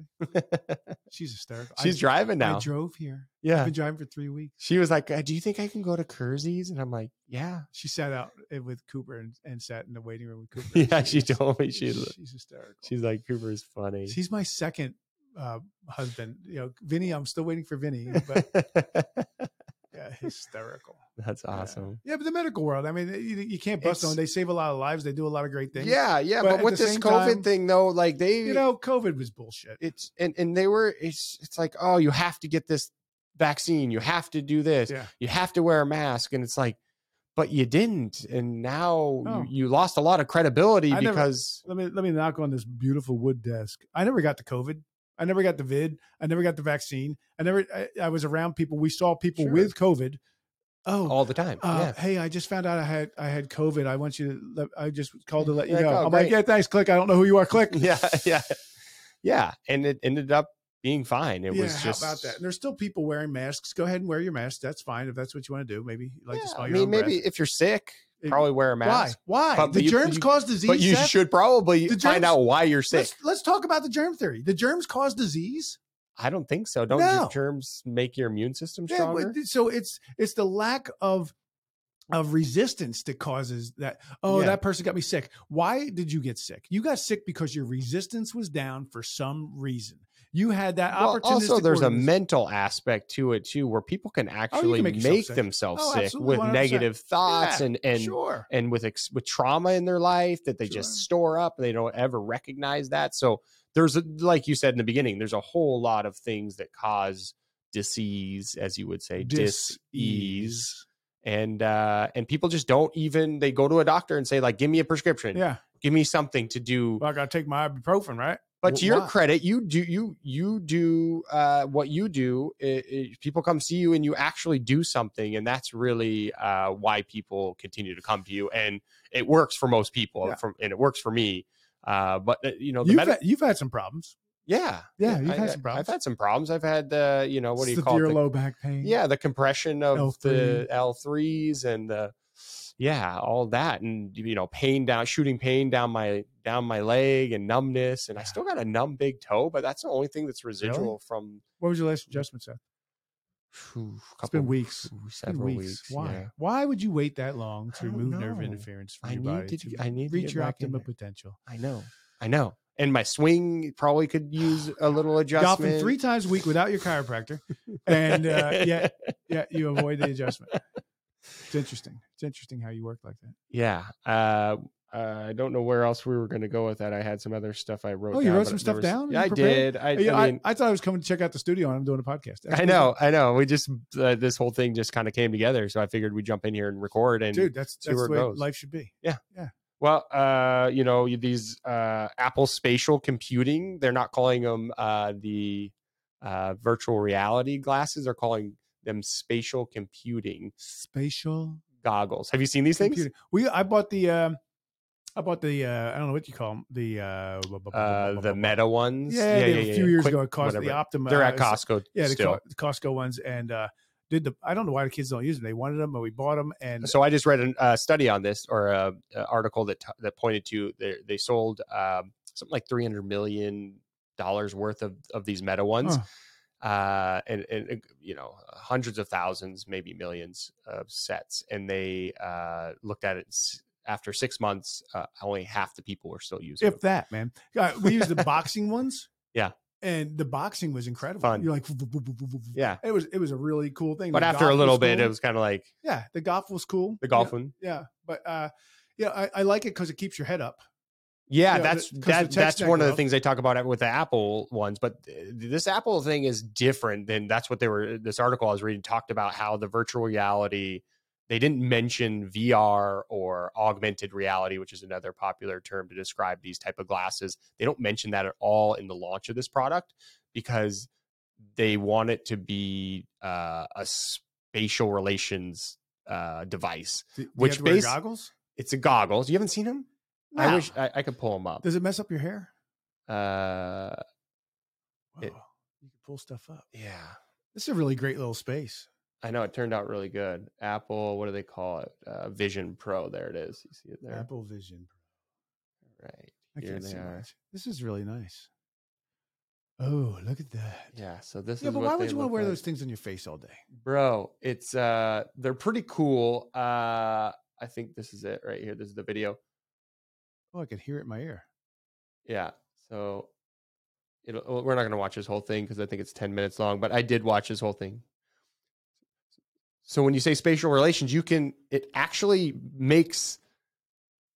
Speaker 1: She's hysterical.
Speaker 2: she's
Speaker 1: I,
Speaker 2: driving
Speaker 1: I
Speaker 2: now
Speaker 1: drove here. I've
Speaker 2: yeah
Speaker 1: been driving for three weeks.
Speaker 2: she was like uh, do you think i can go to kersey's and i'm like yeah
Speaker 1: She sat out uh, with Cooper and, and sat in the waiting room with Cooper.
Speaker 2: yeah she told me she
Speaker 1: she's, she's hysterical.
Speaker 2: she's like cooper is funny
Speaker 1: She's my second uh, husband. You know, Vinny. I'm still waiting for Vinny, but
Speaker 2: that's
Speaker 1: yeah, hysterical. Yeah.
Speaker 2: awesome
Speaker 1: Yeah, but the medical world. I mean, eh, you, you can't bust
Speaker 2: It's-
Speaker 1: on. They save a lot of lives. They do a lot of great things.
Speaker 2: Yeah, yeah,
Speaker 1: But
Speaker 2: but,
Speaker 1: at
Speaker 2: with
Speaker 1: the
Speaker 2: this
Speaker 1: same
Speaker 2: COVID
Speaker 1: time,
Speaker 2: thing though, like they,
Speaker 1: you know, COVID was bullshit.
Speaker 2: it's and and they were it's it's like oh, you have to get this vaccine, you have to do this,
Speaker 1: Yeah.
Speaker 2: you have to wear a mask, and it's like, but you didn't, and now
Speaker 1: No.
Speaker 2: you, you lost a lot of credibility
Speaker 1: I never-
Speaker 2: because
Speaker 1: Let me let me knock on this beautiful wood desk. I never got the COVID. I never got the vid. I never got the vaccine. I never. I, I was around people. We saw people
Speaker 2: Sure.
Speaker 1: with COVID. Oh,
Speaker 2: all the time,
Speaker 1: uh,
Speaker 2: yeah.
Speaker 1: hey, I just found out I had I had COVID. I want you to. Let, I just called to let you
Speaker 2: Like,
Speaker 1: know.
Speaker 2: oh,
Speaker 1: I'm like,
Speaker 2: great.
Speaker 1: yeah, thanks. Click. I don't know who you are. Click.
Speaker 2: yeah, yeah, yeah, and it ended up being fine. It was just
Speaker 1: how about that? And there's still people wearing masks. Go ahead and wear your mask. That's fine if that's what you want to do. Maybe you like to
Speaker 2: Yeah,
Speaker 1: smell
Speaker 2: I
Speaker 1: your
Speaker 2: mean,
Speaker 1: own breath.
Speaker 2: maybe if you're sick, probably wear a mask.
Speaker 1: Why? Why?
Speaker 2: But
Speaker 1: The
Speaker 2: you-
Speaker 1: germs
Speaker 2: you-
Speaker 1: cause disease.
Speaker 2: But you
Speaker 1: Seth?
Speaker 2: should probably
Speaker 1: The germs-
Speaker 2: find out why you're sick.
Speaker 1: Let's, let's talk about the germ theory. The germs cause disease.
Speaker 2: I don't think so. Don't
Speaker 1: No.
Speaker 2: ge- germs make your immune system
Speaker 1: Yeah,
Speaker 2: stronger?
Speaker 1: but- so it's it's the lack of of resistance that causes that. Oh,
Speaker 2: Yeah.
Speaker 1: that person got me sick. Why did you get sick? You got sick because your resistance was down for some reason. You had that
Speaker 2: Well,
Speaker 1: opportunistic.
Speaker 2: also, there's a
Speaker 1: organism.
Speaker 2: mental aspect to it too, where people can actually
Speaker 1: make
Speaker 2: make,
Speaker 1: yourself sick.
Speaker 2: themselves
Speaker 1: Oh,
Speaker 2: sick
Speaker 1: absolutely,
Speaker 2: with
Speaker 1: 100%.
Speaker 2: negative thoughts
Speaker 1: Yeah,
Speaker 2: and and
Speaker 1: sure.
Speaker 2: and with ex- with trauma in their life that they
Speaker 1: Sure.
Speaker 2: just store up and they don't ever recognize that. So there's a, like you said in the beginning, there's a whole lot of things that cause disease, as you would say, dis ease. And uh, and people just don't even they go to a doctor and say like, give me a prescription,
Speaker 1: Yeah.
Speaker 2: give me something to do.
Speaker 1: Well, I got to take my ibuprofen, right?
Speaker 2: But to
Speaker 1: Wh-
Speaker 2: your
Speaker 1: why?
Speaker 2: credit, you do you you do uh, what you do. It, it- people come see you, and you actually do something, and that's really uh, why people continue to come to you. And it works for most people,
Speaker 1: Yeah.
Speaker 2: from, and it works for me. Uh, but uh, you know, the
Speaker 1: You've,
Speaker 2: medi-
Speaker 1: had, you've had some problems.
Speaker 2: yeah,
Speaker 1: Yeah, you've
Speaker 2: I-
Speaker 1: had
Speaker 2: I-
Speaker 1: some problems.
Speaker 2: I've had some problems. I've had the you know Oh, what do you
Speaker 1: Severe
Speaker 2: call it? The-
Speaker 1: low back pain.
Speaker 2: yeah, the compression of
Speaker 1: L3.
Speaker 2: the L threes and the yeah, all that, and you know, pain down, shooting pain down my down my leg, and numbness, and I
Speaker 1: Yeah.
Speaker 2: still got a numb big toe, but that's the only thing that's residual from
Speaker 1: What was your last adjustment, Seth?
Speaker 2: phew,
Speaker 1: It's
Speaker 2: couple-
Speaker 1: been weeks.
Speaker 2: phew,
Speaker 1: It's been
Speaker 2: several weeks.
Speaker 1: Why?
Speaker 2: yeah.
Speaker 1: Why would you wait that long
Speaker 2: I
Speaker 1: to
Speaker 2: don't
Speaker 1: remove nerve
Speaker 2: know.
Speaker 1: interference from
Speaker 2: I
Speaker 1: your
Speaker 2: need
Speaker 1: body
Speaker 2: to
Speaker 1: to,
Speaker 2: g- I need to
Speaker 1: reach
Speaker 2: get
Speaker 1: your
Speaker 2: back in
Speaker 1: optimum
Speaker 2: there.
Speaker 1: potential?
Speaker 2: I know, I know, and my swing probably could use a little adjustment.
Speaker 1: Golfing three times a week without your chiropractor, and uh, yeah, yeah, you avoid the adjustment. It's interesting. It's interesting how you work like that.
Speaker 2: Yeah. Uh, uh, I don't know where else we were going to go with that. I had some other stuff I wrote.
Speaker 1: Oh, you
Speaker 2: down,
Speaker 1: wrote
Speaker 2: but
Speaker 1: some stuff
Speaker 2: there
Speaker 1: down?
Speaker 2: Yeah,
Speaker 1: You
Speaker 2: I
Speaker 1: prepared?
Speaker 2: did. I,
Speaker 1: Yeah,
Speaker 2: I
Speaker 1: I,
Speaker 2: mean,
Speaker 1: I thought I was coming to check out the studio, and I'm doing a podcast. That's
Speaker 2: I
Speaker 1: cool.
Speaker 2: know, I know. We just uh, this whole thing just kind of came together, so I figured we'd jump in here and record. And
Speaker 1: dude. That's
Speaker 2: see
Speaker 1: that's
Speaker 2: where
Speaker 1: the
Speaker 2: it
Speaker 1: way
Speaker 2: goes.
Speaker 1: life should be.
Speaker 2: well, uh, you know, these uh, Apple spatial computing—they're not calling them uh, the uh, virtual reality glasses; they're calling them spatial computing
Speaker 1: Spatial
Speaker 2: goggles. Have you seen these things?
Speaker 1: computing. We I bought the um, I bought the uh, I don't know what you call them the uh, blah, blah, blah,
Speaker 2: Uh,
Speaker 1: blah,
Speaker 2: the
Speaker 1: blah,
Speaker 2: Meta ones.
Speaker 1: Yeah, they- a few years
Speaker 2: Quick-
Speaker 1: ago it cost the
Speaker 2: whatever.
Speaker 1: Optima.
Speaker 2: They're
Speaker 1: uh,
Speaker 2: at
Speaker 1: it's-
Speaker 2: Costco.
Speaker 1: Yeah, the,
Speaker 2: still.
Speaker 1: Co- the Costco ones, and uh, did the I don't know why the kids don't use them. They wanted them, and we bought them, and
Speaker 2: so I just read a uh, study on this or a, a article that t- that pointed to they, they sold um, something like three hundred million dollars worth of of these Meta ones,
Speaker 1: Huh.
Speaker 2: uh, and, and uh, you know hundreds of thousands, maybe millions of sets, and they uh, looked at it s- after six months. Uh, only half the people were still using.
Speaker 1: if
Speaker 2: them.
Speaker 1: that man, Uh, we used the boxing ones.
Speaker 2: Yeah.
Speaker 1: and the boxing was incredible.
Speaker 2: Fun.
Speaker 1: You're like, "Vuh, vuh, vuh, vuh, vuh, vuh."
Speaker 2: yeah,
Speaker 1: it was it was a really cool thing.
Speaker 2: but
Speaker 1: The
Speaker 2: after a
Speaker 1: golf
Speaker 2: little
Speaker 1: was
Speaker 2: bit,
Speaker 1: cool.
Speaker 2: it was kind of like
Speaker 1: yeah, the golf was cool.
Speaker 2: the
Speaker 1: Yeah,
Speaker 2: golf one.
Speaker 1: yeah, but uh, yeah, I, I like it because it keeps your head up.
Speaker 2: Yeah,
Speaker 1: Yeah, the-
Speaker 2: that's
Speaker 1: 'cause the
Speaker 2: that,
Speaker 1: tech
Speaker 2: that's
Speaker 1: stack
Speaker 2: one of the
Speaker 1: up.
Speaker 2: things they talk about with the Apple ones, but th- this Apple thing is different than that's what they were this article I was reading talked about how the virtual reality they didn't mention VR or augmented reality, which is another popular term to describe these type of glasses. They don't mention that at all in the launch of this product because they want it to be uh, a spatial relations uh, device.
Speaker 1: Do- do you
Speaker 2: Which
Speaker 1: have to wear
Speaker 2: base-
Speaker 1: goggles?
Speaker 2: It's a goggles. You haven't seen them? I
Speaker 1: No.
Speaker 2: wish uh, I, I could pull them up.
Speaker 1: Does it mess up your hair?
Speaker 2: Uh,
Speaker 1: Wow.
Speaker 2: It-
Speaker 1: you can pull stuff up.
Speaker 2: Yeah,
Speaker 1: This is a really great little space.
Speaker 2: I know it turned out really good. Apple, what do they call it? Uh, Vision Pro. There it is. You see it there,
Speaker 1: Apple Vision.
Speaker 2: right?
Speaker 1: I
Speaker 2: Here
Speaker 1: can't
Speaker 2: they
Speaker 1: see
Speaker 2: are.
Speaker 1: much. This is really nice. Oh, look at that.
Speaker 2: Yeah. So this
Speaker 1: yeah,
Speaker 2: is.
Speaker 1: but
Speaker 2: what
Speaker 1: why would
Speaker 2: they
Speaker 1: you want
Speaker 2: look
Speaker 1: to wear
Speaker 2: like.
Speaker 1: those things on your face all day?
Speaker 2: bro? It's uh, they're pretty cool. Uh, I think this is it right here. This is the video.
Speaker 1: Oh, I could hear it in my ear.
Speaker 2: Yeah. So, it'll, well, we're not gonna watch this whole thing because I think it's ten minutes long. But I did watch this whole thing. So when you say spatial relations, you can it actually makes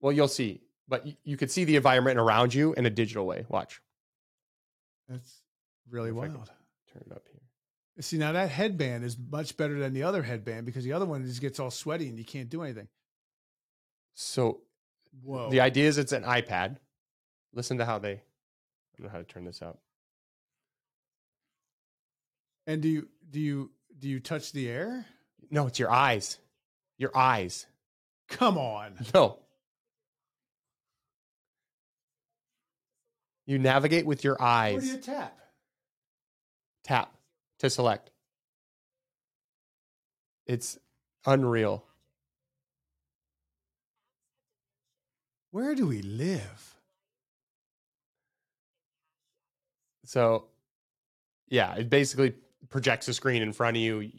Speaker 2: well, you'll see, but y- you could see the environment around you in a digital way. Watch.
Speaker 1: That's really
Speaker 2: If I could-
Speaker 1: wild.
Speaker 2: Turn it up here.
Speaker 1: See, now that headband is much better than the other headband because the other one just gets all sweaty and you can't do anything.
Speaker 2: So
Speaker 1: Whoa.
Speaker 2: the idea is it's an iPad. Listen to how they I don't know how to turn this up.
Speaker 1: and do you do you do you touch the air?
Speaker 2: No, it's your eyes. Your eyes.
Speaker 1: Come on.
Speaker 2: No. You navigate with your
Speaker 1: Where
Speaker 2: eyes.
Speaker 1: do you tap?
Speaker 2: Tap to select. It's unreal.
Speaker 1: Where do we live?
Speaker 2: So, yeah, it basically projects a screen in front of you.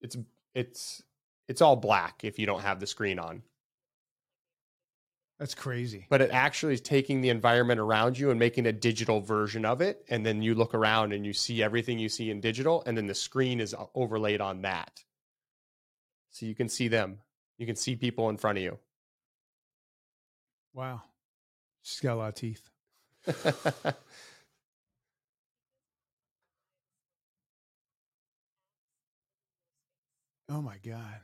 Speaker 2: It's it's it's all black if you don't have the screen on.
Speaker 1: That's crazy.
Speaker 2: But it actually is taking the environment around you and making a digital version of it, and then you look around and you see everything you see in digital, and then the screen is o- overlaid on that. So you can see them. You can see people in front of you.
Speaker 1: Wow. She's got a lot of teeth. Oh my god.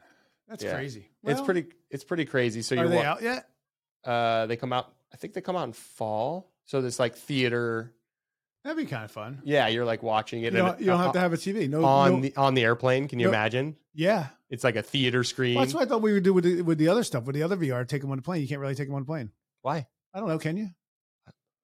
Speaker 1: That's
Speaker 2: Yeah.
Speaker 1: crazy.
Speaker 2: it's
Speaker 1: Well,
Speaker 2: pretty it's pretty crazy. So
Speaker 1: Are
Speaker 2: you're
Speaker 1: they
Speaker 2: wa-
Speaker 1: out yet?
Speaker 2: uh they come out i think they come out in fall so this like theater
Speaker 1: That'd be kind of fun.
Speaker 2: Yeah, you're like watching
Speaker 1: You
Speaker 2: it. uh,
Speaker 1: don't, you don't have to have a TV. No,
Speaker 2: on
Speaker 1: no-
Speaker 2: the on the airplane. Can you
Speaker 1: No.
Speaker 2: imagine?
Speaker 1: yeah.
Speaker 2: It's like a theater screen.
Speaker 1: Well, that's what I thought we would do with the, with the other stuff, with the other VR. Take them on the plane. You can't really take them on the plane.
Speaker 2: Why?
Speaker 1: I don't know. Can you?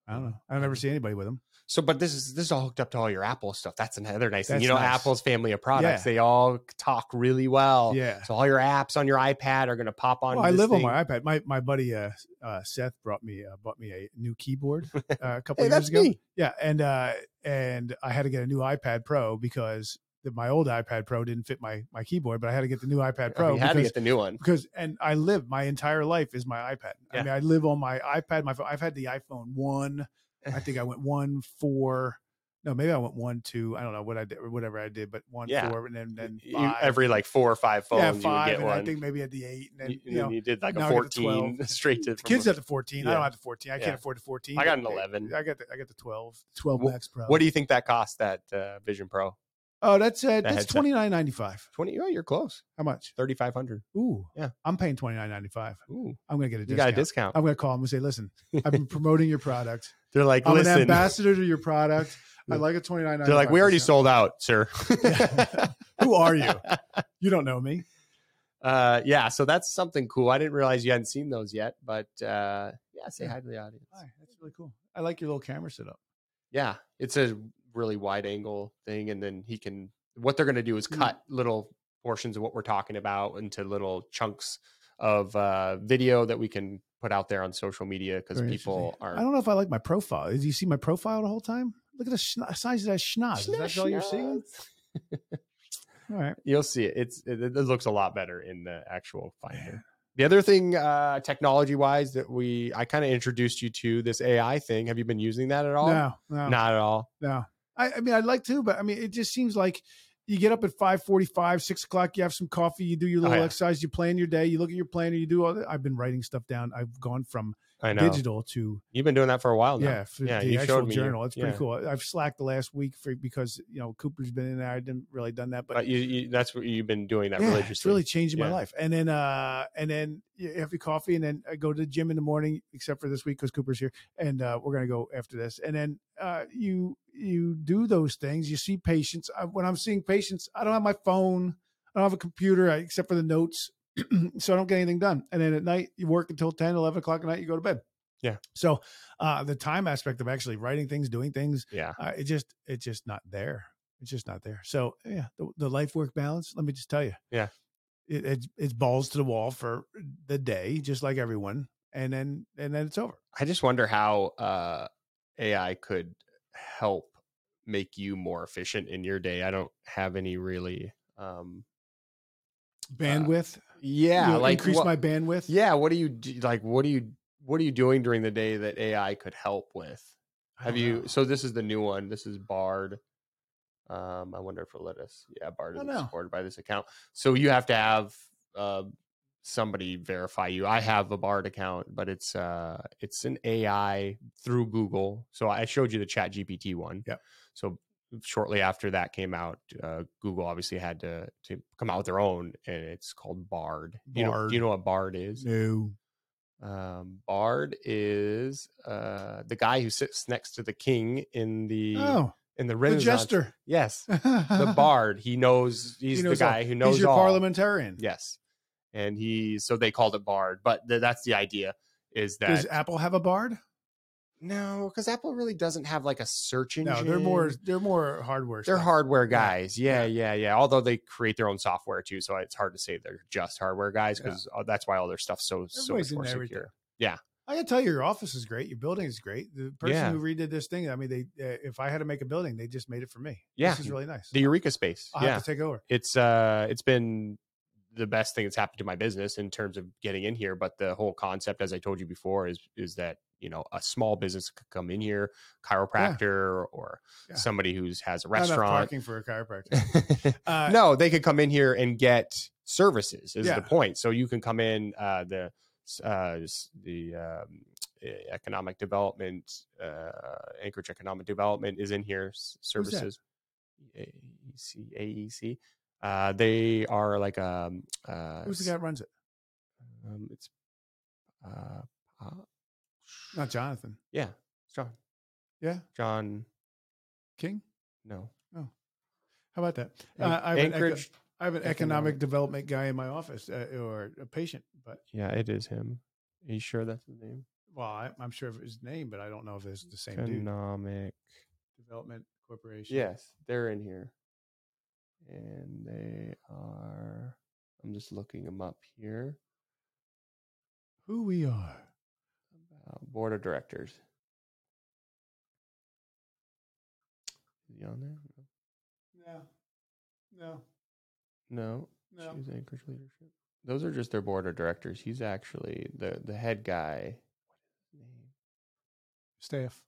Speaker 1: I don't know. I don't ever see anybody with them.
Speaker 2: So, but this is this is all hooked up to all your Apple stuff. That's another nice thing.
Speaker 1: That's
Speaker 2: You know,
Speaker 1: nice.
Speaker 2: Apple's family of products.
Speaker 1: Yeah.
Speaker 2: They all talk really well.
Speaker 1: Yeah.
Speaker 2: Oh, So all your apps on your iPad are going to pop on.
Speaker 1: Well, I live on my iPad. My my buddy uh, uh, Seth brought me uh, bought me a new keyboard uh, a couple years
Speaker 2: Hey, that's
Speaker 1: ago.
Speaker 2: me.
Speaker 1: Yeah, and uh, and I had to get a new iPad Pro because the, my old iPad Pro didn't fit my my keyboard, but I had to get the new iPad Pro
Speaker 2: you had to
Speaker 1: because
Speaker 2: get the new one.
Speaker 1: because and I live my entire life is my iPad. I
Speaker 2: Yeah.
Speaker 1: mean, I live on my iPad. My phone. I've had the iPhone one. I think I went one four. No, maybe I went one two. I don't know what I did, or whatever I did, but one
Speaker 2: Yeah.
Speaker 1: four, and then then
Speaker 2: You-
Speaker 1: five.
Speaker 2: every like four or five phones,
Speaker 1: yeah,
Speaker 2: you
Speaker 1: five,
Speaker 2: would
Speaker 1: and
Speaker 2: get one.
Speaker 1: I think maybe at the eight, and then
Speaker 2: you,
Speaker 1: you,
Speaker 2: and
Speaker 1: know
Speaker 2: then you did like
Speaker 1: now
Speaker 2: a
Speaker 1: I get the
Speaker 2: 14 straight to
Speaker 1: the kids
Speaker 2: from-
Speaker 1: at the 14. I don't
Speaker 2: Yeah.
Speaker 1: have the 14. I
Speaker 2: Yeah.
Speaker 1: can't afford the 14.
Speaker 2: I got
Speaker 1: but
Speaker 2: an
Speaker 1: they-
Speaker 2: 11.
Speaker 1: I got the, I got the 12, 12
Speaker 2: Wh-
Speaker 1: Max Pro.
Speaker 2: What do you think that cost? That uh, Vision Pro?
Speaker 1: oh, that's uh, that's
Speaker 2: headset?
Speaker 1: twenty nine ninety five.
Speaker 2: Twenty? Oh, you're close.
Speaker 1: How much?
Speaker 2: Thirty five hundred.
Speaker 1: Ooh,
Speaker 2: Yeah.
Speaker 1: I'm paying twenty nine ninety five.
Speaker 2: Ooh,
Speaker 1: I'm gonna get a
Speaker 2: you
Speaker 1: discount.
Speaker 2: got a discount.
Speaker 1: I'm gonna call them and say, listen, I've been promoting your product.
Speaker 2: They're like,
Speaker 1: I'm an
Speaker 2: listen.
Speaker 1: ambassador to your product. I like a twenty nine.
Speaker 2: They're like, we already sold out, sir.
Speaker 1: Yeah. Who are you? You don't know me.
Speaker 2: uh, yeah, so that's something cool. I didn't realize you hadn't seen those yet, but uh, yeah, say hi to the audience.
Speaker 1: Hi, that's really cool. I like your little camera setup.
Speaker 2: Yeah, it's a really wide angle thing, and then he can. What they're going to do is
Speaker 1: Mm.
Speaker 2: cut little portions of what we're talking about into little chunks of uh, video that we can put out there on social media because
Speaker 1: Very
Speaker 2: people
Speaker 1: interesting. I
Speaker 2: aren't.
Speaker 1: don't know if I like my profile. Do you see my profile the whole time? Look at the schna- size of that schnoz. Is that all you're seeing? All right.
Speaker 2: You'll see it. It's it, it looks a lot better in the actual Finder. The other thing, uh, technology wise, that we I kind of introduced you to this AI thing. Have you been using that at all?
Speaker 1: No, no,
Speaker 2: Not at all.
Speaker 1: no. I, I mean, I'd like to, but I mean, it just seems like you get up at 5.45, 6 o'clock, you have some coffee, you do your
Speaker 2: Oh,
Speaker 1: little
Speaker 2: yeah.
Speaker 1: exercise, you plan your day, you look at your planner, you do all that. I've been writing stuff down. I've gone from
Speaker 2: I know
Speaker 1: digital to,
Speaker 2: you've been doing that for a while now.
Speaker 1: yeah, for
Speaker 2: Yeah,
Speaker 1: the
Speaker 2: you showed
Speaker 1: actual
Speaker 2: me your-
Speaker 1: journal. It's pretty
Speaker 2: yeah.
Speaker 1: cool. I- I've slacked the last week for, because, you know, Cooper's been in there. I didn't really done that,
Speaker 2: but,
Speaker 1: but
Speaker 2: you, you, that's what you've been doing that
Speaker 1: yeah,
Speaker 2: religiously.
Speaker 1: it's really changing my
Speaker 2: Yeah.
Speaker 1: life. And then, uh, and then you have your coffee, and then I go to the gym in the morning, except for this week because Cooper's here, and uh, we're gonna go after this. And then uh, you you do those things. You see patients. I, when I'm seeing patients, I don't have my phone. I don't have a computer I, except for the notes, so I don't get anything done. And then at night, you work until 10, 11 o'clock at night. You go to bed.
Speaker 2: Yeah.
Speaker 1: So uh, the time aspect of actually writing things, doing things,
Speaker 2: yeah.
Speaker 1: uh, it just it's just not there it's just not there so yeah the, the life work balance let me just tell you
Speaker 2: Yeah.
Speaker 1: it, it's it's balls to the wall for the day just like everyone and then and then it's over
Speaker 2: I just wonder how uh, AI could help make you more efficient in your day. I don't have any really. Um,
Speaker 1: bandwidth
Speaker 2: yeah,
Speaker 1: you know,
Speaker 2: like
Speaker 1: increase
Speaker 2: what-
Speaker 1: my bandwidth
Speaker 2: Yeah, what do you do, like? What do you what are you doing during the day that AI could help with?
Speaker 1: I
Speaker 2: Have
Speaker 1: don't
Speaker 2: you?
Speaker 1: know.
Speaker 2: So this is the new one. This is Bard. Um, I wonder if it'll let us. Yeah, Bard
Speaker 1: I
Speaker 2: is
Speaker 1: don't know.
Speaker 2: supported by this account. So you have to have uh, somebody verify you. I have a Bard account, but it's uh, it's an AI through Google. So I showed you the Chat GPT one.
Speaker 1: Yep.
Speaker 2: So shortly after that came out, uh, Google obviously had to to come out with their own, and it's called Bard. You know,
Speaker 1: Bard.
Speaker 2: do you know what Bard is?
Speaker 1: no
Speaker 2: Um, Bard is uh, the guy who sits next to the king in the
Speaker 1: oh
Speaker 2: in the
Speaker 1: the
Speaker 2: Renaissance.
Speaker 1: jester
Speaker 2: Yes, the
Speaker 1: the
Speaker 2: Bard. He knows. He's
Speaker 1: knows
Speaker 2: the
Speaker 1: all.
Speaker 2: guy who knows
Speaker 1: he's your
Speaker 2: all.
Speaker 1: parliamentarian
Speaker 2: Yes, and he. So they called it Bard, but th- that's the idea. Is that
Speaker 1: does apple have a bard
Speaker 2: no? Because Apple really doesn't have like a search engine.
Speaker 1: no they're more they're more hardware
Speaker 2: They're
Speaker 1: stuff.
Speaker 2: hardware
Speaker 1: Yeah,
Speaker 2: guys. Yeah, yeah, yeah, Although they create their own software too, so it's hard to say they're just hardware guys
Speaker 1: Yeah.
Speaker 2: because that's why all their stuff's so so
Speaker 1: Everybody's
Speaker 2: much
Speaker 1: in
Speaker 2: more
Speaker 1: everything.
Speaker 2: secure.
Speaker 1: I gotta tell you, your office is great. Your building is great. The person
Speaker 2: Yeah.
Speaker 1: who redid this thing, I mean, they uh, if I had to make a building, they just made it for me.
Speaker 2: Yeah.
Speaker 1: this is really nice.
Speaker 2: The Eureka space.
Speaker 1: I'll
Speaker 2: yeah.
Speaker 1: have to take over.
Speaker 2: it's uh it's been the best thing that's happened to my business in terms of getting in here but the whole concept as i told you before is is that you know a small business could come in here chiropractor or
Speaker 1: Yeah.
Speaker 2: somebody who's has a
Speaker 1: Not enough
Speaker 2: restaurant
Speaker 1: parking for a chiropractor. Uh,
Speaker 2: no they could come in here and get services is
Speaker 1: Yeah.
Speaker 2: the point so you can come in uh the uh s- the um e- economic development uh anchorage economic development is in here s-
Speaker 1: Who's that?
Speaker 2: services E, AEC, AEC. E, Uh, they are like um uh,
Speaker 1: Who's the guy that runs it?
Speaker 2: Um, it's uh, uh,
Speaker 1: Not Jonathan.
Speaker 2: yeah, it's John.
Speaker 1: Uh, Yeah.
Speaker 2: John.
Speaker 1: King?
Speaker 2: No.
Speaker 1: How about that?
Speaker 2: An-
Speaker 1: Uh, I, have an eco-
Speaker 2: Anchorage.
Speaker 1: I have an
Speaker 2: economic-
Speaker 1: economic development guy in my office uh, or a patient, but
Speaker 2: Yeah, it is him. Are you sure that's his name?
Speaker 1: well, I, I'm sure of his name, but I don't know if it's the same dude.
Speaker 2: Economic.
Speaker 1: Development Corporation.
Speaker 2: Yes, they're in here. And they are. I'm just looking them up here.
Speaker 1: Who we are.
Speaker 2: Uh, board of directors. Is he on there?
Speaker 1: No. No.
Speaker 2: No. Choose Anchorage leadership. Those are just their board of directors. He's actually the the head guy. What is his name?
Speaker 1: Staff.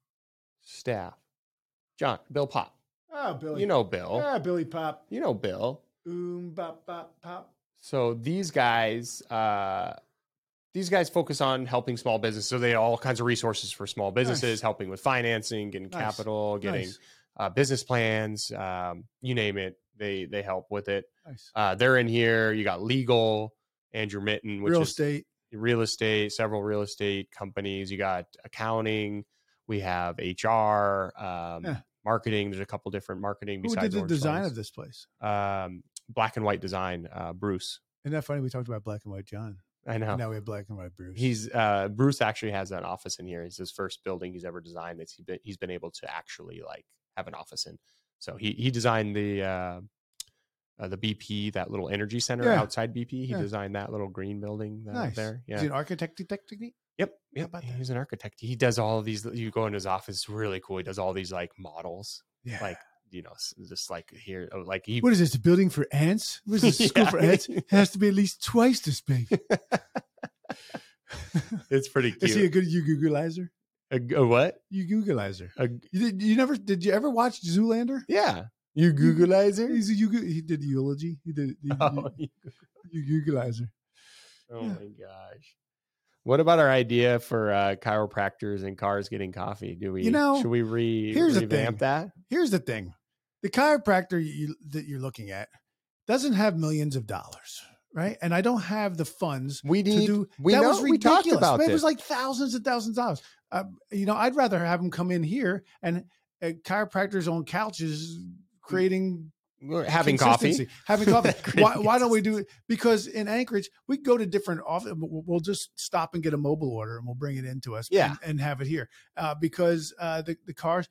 Speaker 2: Staff. John Bill Pop.
Speaker 1: Oh, Billy.
Speaker 2: You know Bill.
Speaker 1: Ah, Billy Pop.
Speaker 2: You know Bill.
Speaker 1: Oom, bop, bop, pop.
Speaker 2: So these guys, uh, these guys focus on helping small business. So they have all kinds of resources for small businesses,
Speaker 1: Nice.
Speaker 2: helping with financing, getting
Speaker 1: Nice.
Speaker 2: capital, getting
Speaker 1: Nice.
Speaker 2: uh, business plans. Um, you name it, they they help with it.
Speaker 1: nice.
Speaker 2: Uh, they're in here. You got legal, Andrew Mitten, Um, which
Speaker 1: Real
Speaker 2: is
Speaker 1: estate.
Speaker 2: real estate, several real estate companies. You got accounting. We have HR, um,
Speaker 1: Yeah.
Speaker 2: marketing. There's a couple different marketing.
Speaker 1: Who did the
Speaker 2: Orange
Speaker 1: design
Speaker 2: Slice.
Speaker 1: of this place?
Speaker 2: Um, black and white design, uh, Bruce.
Speaker 1: Isn't that funny? We talked about black and white John.
Speaker 2: I know.
Speaker 1: And now we have black and white Bruce.
Speaker 2: Oh. He's uh, Bruce actually has an office in here. It's his first building he's ever designed that he's been he's been able to actually like have an office in. So he he designed the uh, uh, the BP that little energy center
Speaker 1: Yeah.
Speaker 2: outside BP. He
Speaker 1: Yeah.
Speaker 2: designed that little green building that
Speaker 1: nice.
Speaker 2: there.
Speaker 1: Is he an architect technique?
Speaker 2: Yep. Yep.
Speaker 1: about that?
Speaker 2: He's an architect. He does all of these. You go in his office, it's really cool. He does all these like models,
Speaker 1: Yeah.
Speaker 2: like you know, s- just like here, oh, like he.
Speaker 1: what is this? A building for ants? What is this? a School for
Speaker 2: Yeah.
Speaker 1: ants? It has to be at least twice this big.
Speaker 2: It's pretty
Speaker 1: is he a
Speaker 2: cute.
Speaker 1: good you Googleizer?
Speaker 2: A, g- a what?
Speaker 1: You Googleizer.
Speaker 2: A,
Speaker 1: You, did, you never did you ever watch Zoolander?
Speaker 2: yeah. You Googleizer.
Speaker 1: He's a you, he did eulogy. He did he,
Speaker 2: Oh, you-
Speaker 1: you Googleizer.
Speaker 2: oh
Speaker 1: Yeah.
Speaker 2: my gosh. What about our idea for uh, chiropractors and cars getting coffee? Do we?
Speaker 1: know,
Speaker 2: should we re
Speaker 1: here's the
Speaker 2: revamp
Speaker 1: thing.
Speaker 2: that?
Speaker 1: Here's the thing: the chiropractor you, that you're looking at doesn't have millions of dollars, right? And I don't have the funds
Speaker 2: We
Speaker 1: to
Speaker 2: need.
Speaker 1: do.
Speaker 2: we
Speaker 1: that
Speaker 2: know,
Speaker 1: was
Speaker 2: we
Speaker 1: ridiculous.
Speaker 2: talked about
Speaker 1: Man,
Speaker 2: this.
Speaker 1: It was like thousands and thousands of dollars. Uh, you know, I'd rather have them come in here and uh, chiropractors on couches creating
Speaker 2: We're having coffee.
Speaker 1: consistency, having coffee.
Speaker 2: Creating
Speaker 1: why, why don't we do it? Because in Anchorage, we go to different office. We'll we'll just stop and get a mobile order, and we'll bring it into us.
Speaker 2: Yeah.
Speaker 1: and, and have it here uh, because uh, the the cars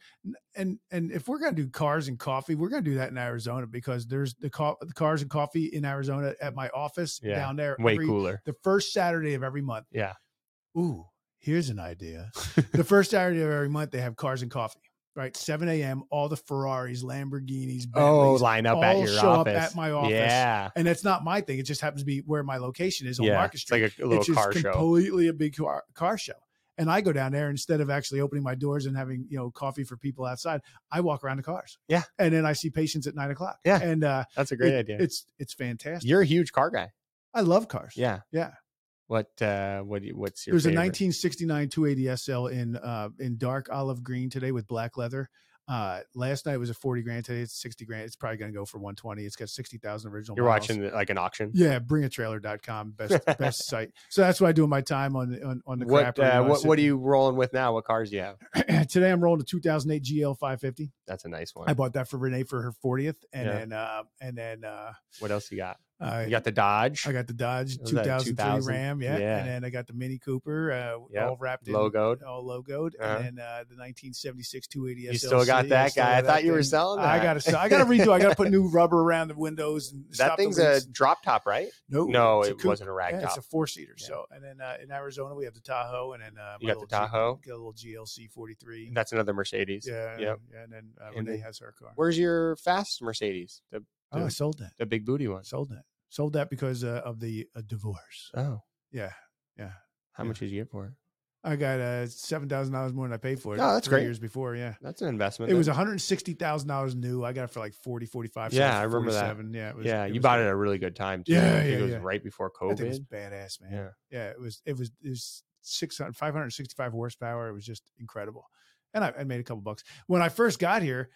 Speaker 1: and and if we're gonna do cars and coffee, we're gonna do that in Arizona because there's the, co- the cars and coffee in Arizona at my office
Speaker 2: Yeah.
Speaker 1: down there.
Speaker 2: Way
Speaker 1: every-
Speaker 2: cooler.
Speaker 1: The first Saturday of every month.
Speaker 2: Yeah.
Speaker 1: Ooh, here's an idea. the first Saturday of every month, they have cars and coffee. Right, 7 a.m. All the Ferraris, Lamborghinis, Bentleys,
Speaker 2: Oh, line up at
Speaker 1: all
Speaker 2: your
Speaker 1: show up
Speaker 2: office.
Speaker 1: at my office.
Speaker 2: Yeah.
Speaker 1: and that's not my thing. It just happens to be where my location is on
Speaker 2: yeah.
Speaker 1: Market
Speaker 2: It's
Speaker 1: Street.
Speaker 2: like a, a little
Speaker 1: it's just
Speaker 2: car show.
Speaker 1: completely a big car, car show. And I go down there instead of actually opening my doors and having you know coffee for people outside. I walk around the cars.
Speaker 2: Yeah.
Speaker 1: and then I see patients at nine o'clock.
Speaker 2: Yeah.
Speaker 1: and uh,
Speaker 2: That's a great
Speaker 1: it-
Speaker 2: idea.
Speaker 1: It's it's fantastic.
Speaker 2: You're a huge car guy.
Speaker 1: I love cars.
Speaker 2: Yeah.
Speaker 1: Yeah.
Speaker 2: What uh what do you- what's your
Speaker 1: There's
Speaker 2: favorite?
Speaker 1: a 1969 280 SL in uh, in dark olive green today with black leather. Uh, last night was a 40 grand. Today it's 60 grand. It's probably going to go for 120. It's got 60,000 original.
Speaker 2: You're
Speaker 1: miles.
Speaker 2: watching the- like an auction.
Speaker 1: Yeah, bringatrailer.com, best best site. So that's what I do in my time on on, on the
Speaker 2: What
Speaker 1: crapper, you
Speaker 2: uh,
Speaker 1: know, I
Speaker 2: what
Speaker 1: sit-
Speaker 2: what are you rolling with now? What cars do you have?
Speaker 1: today? I'm rolling a 2008 GL 550.
Speaker 2: That's a nice one.
Speaker 1: I bought that for Renee for her 40th, and
Speaker 2: Yeah.
Speaker 1: then uh, and then uh,
Speaker 2: what else you got?
Speaker 1: I
Speaker 2: You got the Dodge
Speaker 1: I got the Dodge
Speaker 2: Was that
Speaker 1: 2003
Speaker 2: 2000?
Speaker 1: Ram, yeah.
Speaker 2: Yeah.
Speaker 1: and then I got the Mini Cooper, uh,
Speaker 2: Yep.
Speaker 1: all wrapped in
Speaker 2: logoed.
Speaker 1: all logoed,
Speaker 2: Uh-huh.
Speaker 1: and then uh, the 1976 280.
Speaker 2: You still got that guy. I thought you were selling that.
Speaker 1: I gotta, sell- I gotta redo. I gotta put new rubber around the windows. And
Speaker 2: That
Speaker 1: stop the
Speaker 2: thing's a
Speaker 1: leaks.
Speaker 2: drop top, right?
Speaker 1: no,
Speaker 2: no,
Speaker 1: it's a
Speaker 2: it
Speaker 1: coupe.
Speaker 2: wasn't a rag
Speaker 1: Yeah,
Speaker 2: top.
Speaker 1: it's a four seater.
Speaker 2: Yeah.
Speaker 1: So, and then uh, in Arizona we have the Tahoe, and then uh,
Speaker 2: you
Speaker 1: my
Speaker 2: got
Speaker 1: little
Speaker 2: the
Speaker 1: Jeep-
Speaker 2: Tahoe.
Speaker 1: got a little GLC forty three.
Speaker 2: That's another Mercedes.
Speaker 1: Yeah,
Speaker 2: Yep.
Speaker 1: yeah, and then uh,
Speaker 2: And
Speaker 1: Renee
Speaker 2: then-
Speaker 1: has her car.
Speaker 2: Where's your fast Mercedes? The
Speaker 1: oh, I sold that.
Speaker 2: the big booty one.
Speaker 1: Sold that. Sold that because uh, of the uh, divorce.
Speaker 2: Oh.
Speaker 1: Yeah,
Speaker 2: How
Speaker 1: Yeah.
Speaker 2: much did you get for it?
Speaker 1: I got uh, seven thousand dollars more than I paid for it.
Speaker 2: Oh, that's
Speaker 1: three
Speaker 2: great.
Speaker 1: Years before, yeah.
Speaker 2: That's an investment.
Speaker 1: It
Speaker 2: then.
Speaker 1: was one hundred sixty thousand dollars new. I got it for like 40 45
Speaker 2: Yeah,
Speaker 1: sold it
Speaker 2: I
Speaker 1: for
Speaker 2: remember that.
Speaker 1: 47. Yeah, it was,
Speaker 2: yeah, you
Speaker 1: was
Speaker 2: bought
Speaker 1: great.
Speaker 2: it at a really good time too.
Speaker 1: Yeah,
Speaker 2: I think
Speaker 1: yeah,
Speaker 2: it was
Speaker 1: yeah.
Speaker 2: right before
Speaker 1: That thing
Speaker 2: COVID.
Speaker 1: was badass, man.
Speaker 2: yeah.
Speaker 1: yeah it was it was it was 600 565 horsepower it was just incredible and I, I made a couple bucks when i first got here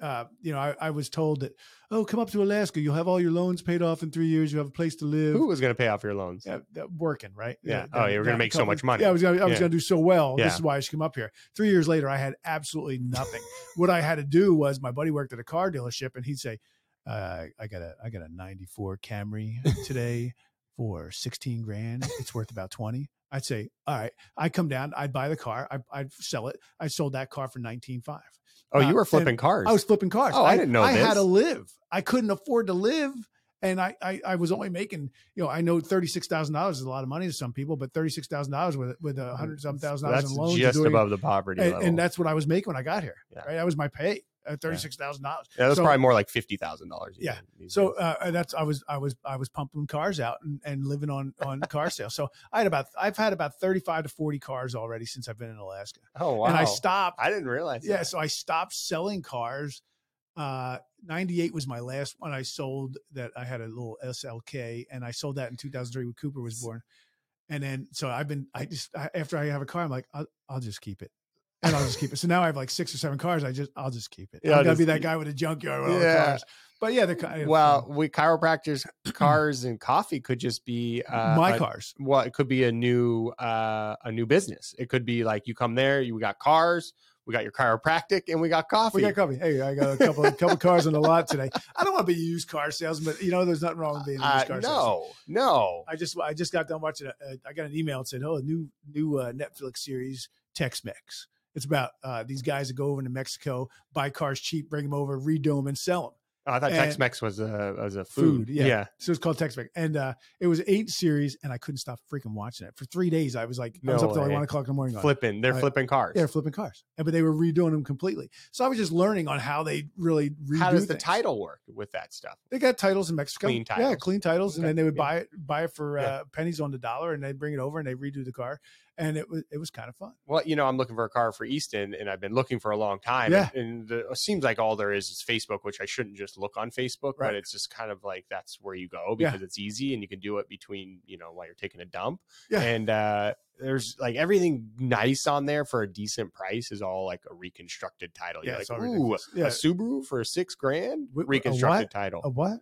Speaker 1: uh, you know, I, I was told that, oh, come up to Alaska, you'll have all your loans paid off in three years, you have a place to live.
Speaker 2: Who was going to pay off your loans?
Speaker 1: Yeah, that- working, right?
Speaker 2: Yeah. Oh, you were gonna
Speaker 1: down
Speaker 2: make so
Speaker 1: couple-
Speaker 2: much money.
Speaker 1: Yeah, I was gonna, I was
Speaker 2: Yeah.
Speaker 1: gonna do so well. This
Speaker 2: Yeah.
Speaker 1: is why I should come up here. Three years later, I had absolutely nothing. what I had to do was my buddy worked at a car dealership, and he'd say, uh, "I got a I got a '94 Camry today for 16 grand. It's worth about 20." I'd say, "All right." I come down. I'd buy the car. I, I'd sell it. I sold that car for 19.5.
Speaker 2: Oh,
Speaker 1: Uh,
Speaker 2: you were
Speaker 1: and
Speaker 2: flipping cars.
Speaker 1: I was flipping cars.
Speaker 2: Oh, I didn't know
Speaker 1: I had
Speaker 2: this.
Speaker 1: to live. I couldn't afford to live, and I I, I was only making you know I know thirty six thousand dollars is a lot of money to some people, but thirty six thousand dollars with with a hundred some thousand dollars
Speaker 2: That's
Speaker 1: in loans,
Speaker 2: just
Speaker 1: doing-
Speaker 2: above the poverty
Speaker 1: and,
Speaker 2: level.
Speaker 1: and that's what I was making when I got here.
Speaker 2: Yeah.
Speaker 1: Right, that was my pay, thirty six thousand dollars.
Speaker 2: Yeah, that's
Speaker 1: so-
Speaker 2: probably more like fifty thousand dollars.
Speaker 1: Yeah. So uh, that's I was I was I was pumping cars out and, and living on on car sales. So I had about I've had about thirty five to forty cars already since I've been in Alaska,
Speaker 2: oh wow,
Speaker 1: and I stopped
Speaker 2: I didn't realize.
Speaker 1: yeah
Speaker 2: that.
Speaker 1: so i stopped selling cars uh 98 was my last one i sold that i had a little slk and i sold that in 2003 when cooper was born and then so i've been i just I, after i have a car i'm like I'll, I'll just keep it and i'll just keep it so now i have like six or seven cars i just i'll just keep it
Speaker 2: Yeah,
Speaker 1: i'm gonna
Speaker 2: just
Speaker 1: be that
Speaker 2: keep-
Speaker 1: guy with a junkyard with all the
Speaker 2: Yeah.
Speaker 1: cars but yeah the kind
Speaker 2: Well, we chiropractors, cars, and coffee could just be uh,
Speaker 1: um, my
Speaker 2: a-
Speaker 1: cars
Speaker 2: Well, it could be a new uh, a new business. It could be like you come there, you we got cars, we got your chiropractic, and we got coffee.
Speaker 1: we got coffee. Hey, I got a couple a couple cars on the lot today. I don't want to be a used car salesman, but you know, there's nothing wrong with being a
Speaker 2: Uh,
Speaker 1: used car salesman.
Speaker 2: no, no.
Speaker 1: I just I just got done watching. A, a, I got an email that said, "Oh, new new uh, Netflix series Tex-Mex. It's about uh, these guys that go over to Mexico, buy cars cheap, bring them over, redo them, and sell them.
Speaker 2: Oh, I thought
Speaker 1: and-
Speaker 2: Tex-Mex was a was a food.
Speaker 1: Food, yeah.
Speaker 2: yeah.
Speaker 1: So it's called Tex-Mex, and uh, it was eight series, and I couldn't stop freaking watching it for three days. I was like, I was
Speaker 2: No
Speaker 1: up till like
Speaker 2: way.
Speaker 1: one o'clock in the morning. on it.
Speaker 2: flipping. They're
Speaker 1: I-
Speaker 2: flipping cars.
Speaker 1: They were flipping cars, and but they were redoing them completely. So I was just learning on how they really redo
Speaker 2: How does the
Speaker 1: things.
Speaker 2: title work with that stuff?
Speaker 1: They got titles in Mexico.
Speaker 2: Clean
Speaker 1: Yeah,
Speaker 2: titles.
Speaker 1: clean titles, and
Speaker 2: Okay,
Speaker 1: then they would
Speaker 2: yeah.
Speaker 1: buy it buy it for
Speaker 2: Yeah.
Speaker 1: uh, pennies on the dollar, and they bring it over and they redo the car, and it was it was kind of fun.
Speaker 2: Well, you know, I'm looking for a car for Easton, and I've been looking for a long time.
Speaker 1: Yeah.
Speaker 2: And, and the, it seems like all there is is Facebook, which I shouldn't just look on Facebook,
Speaker 1: Right.
Speaker 2: but it's just kind of like that's where you go
Speaker 1: Yeah.
Speaker 2: because it's easy and you can do it between, you know, while you're taking a dump.
Speaker 1: Yeah.
Speaker 2: And uh, there's like everything nice on there for a decent price is all like a reconstructed title.
Speaker 1: Yeah,
Speaker 2: You're
Speaker 1: it's all
Speaker 2: like, ooh,
Speaker 1: ridiculous. Yeah.
Speaker 2: a Subaru for six grand?
Speaker 1: Wh- a
Speaker 2: Reconstructed
Speaker 1: what? Oh,
Speaker 2: title.
Speaker 1: A what?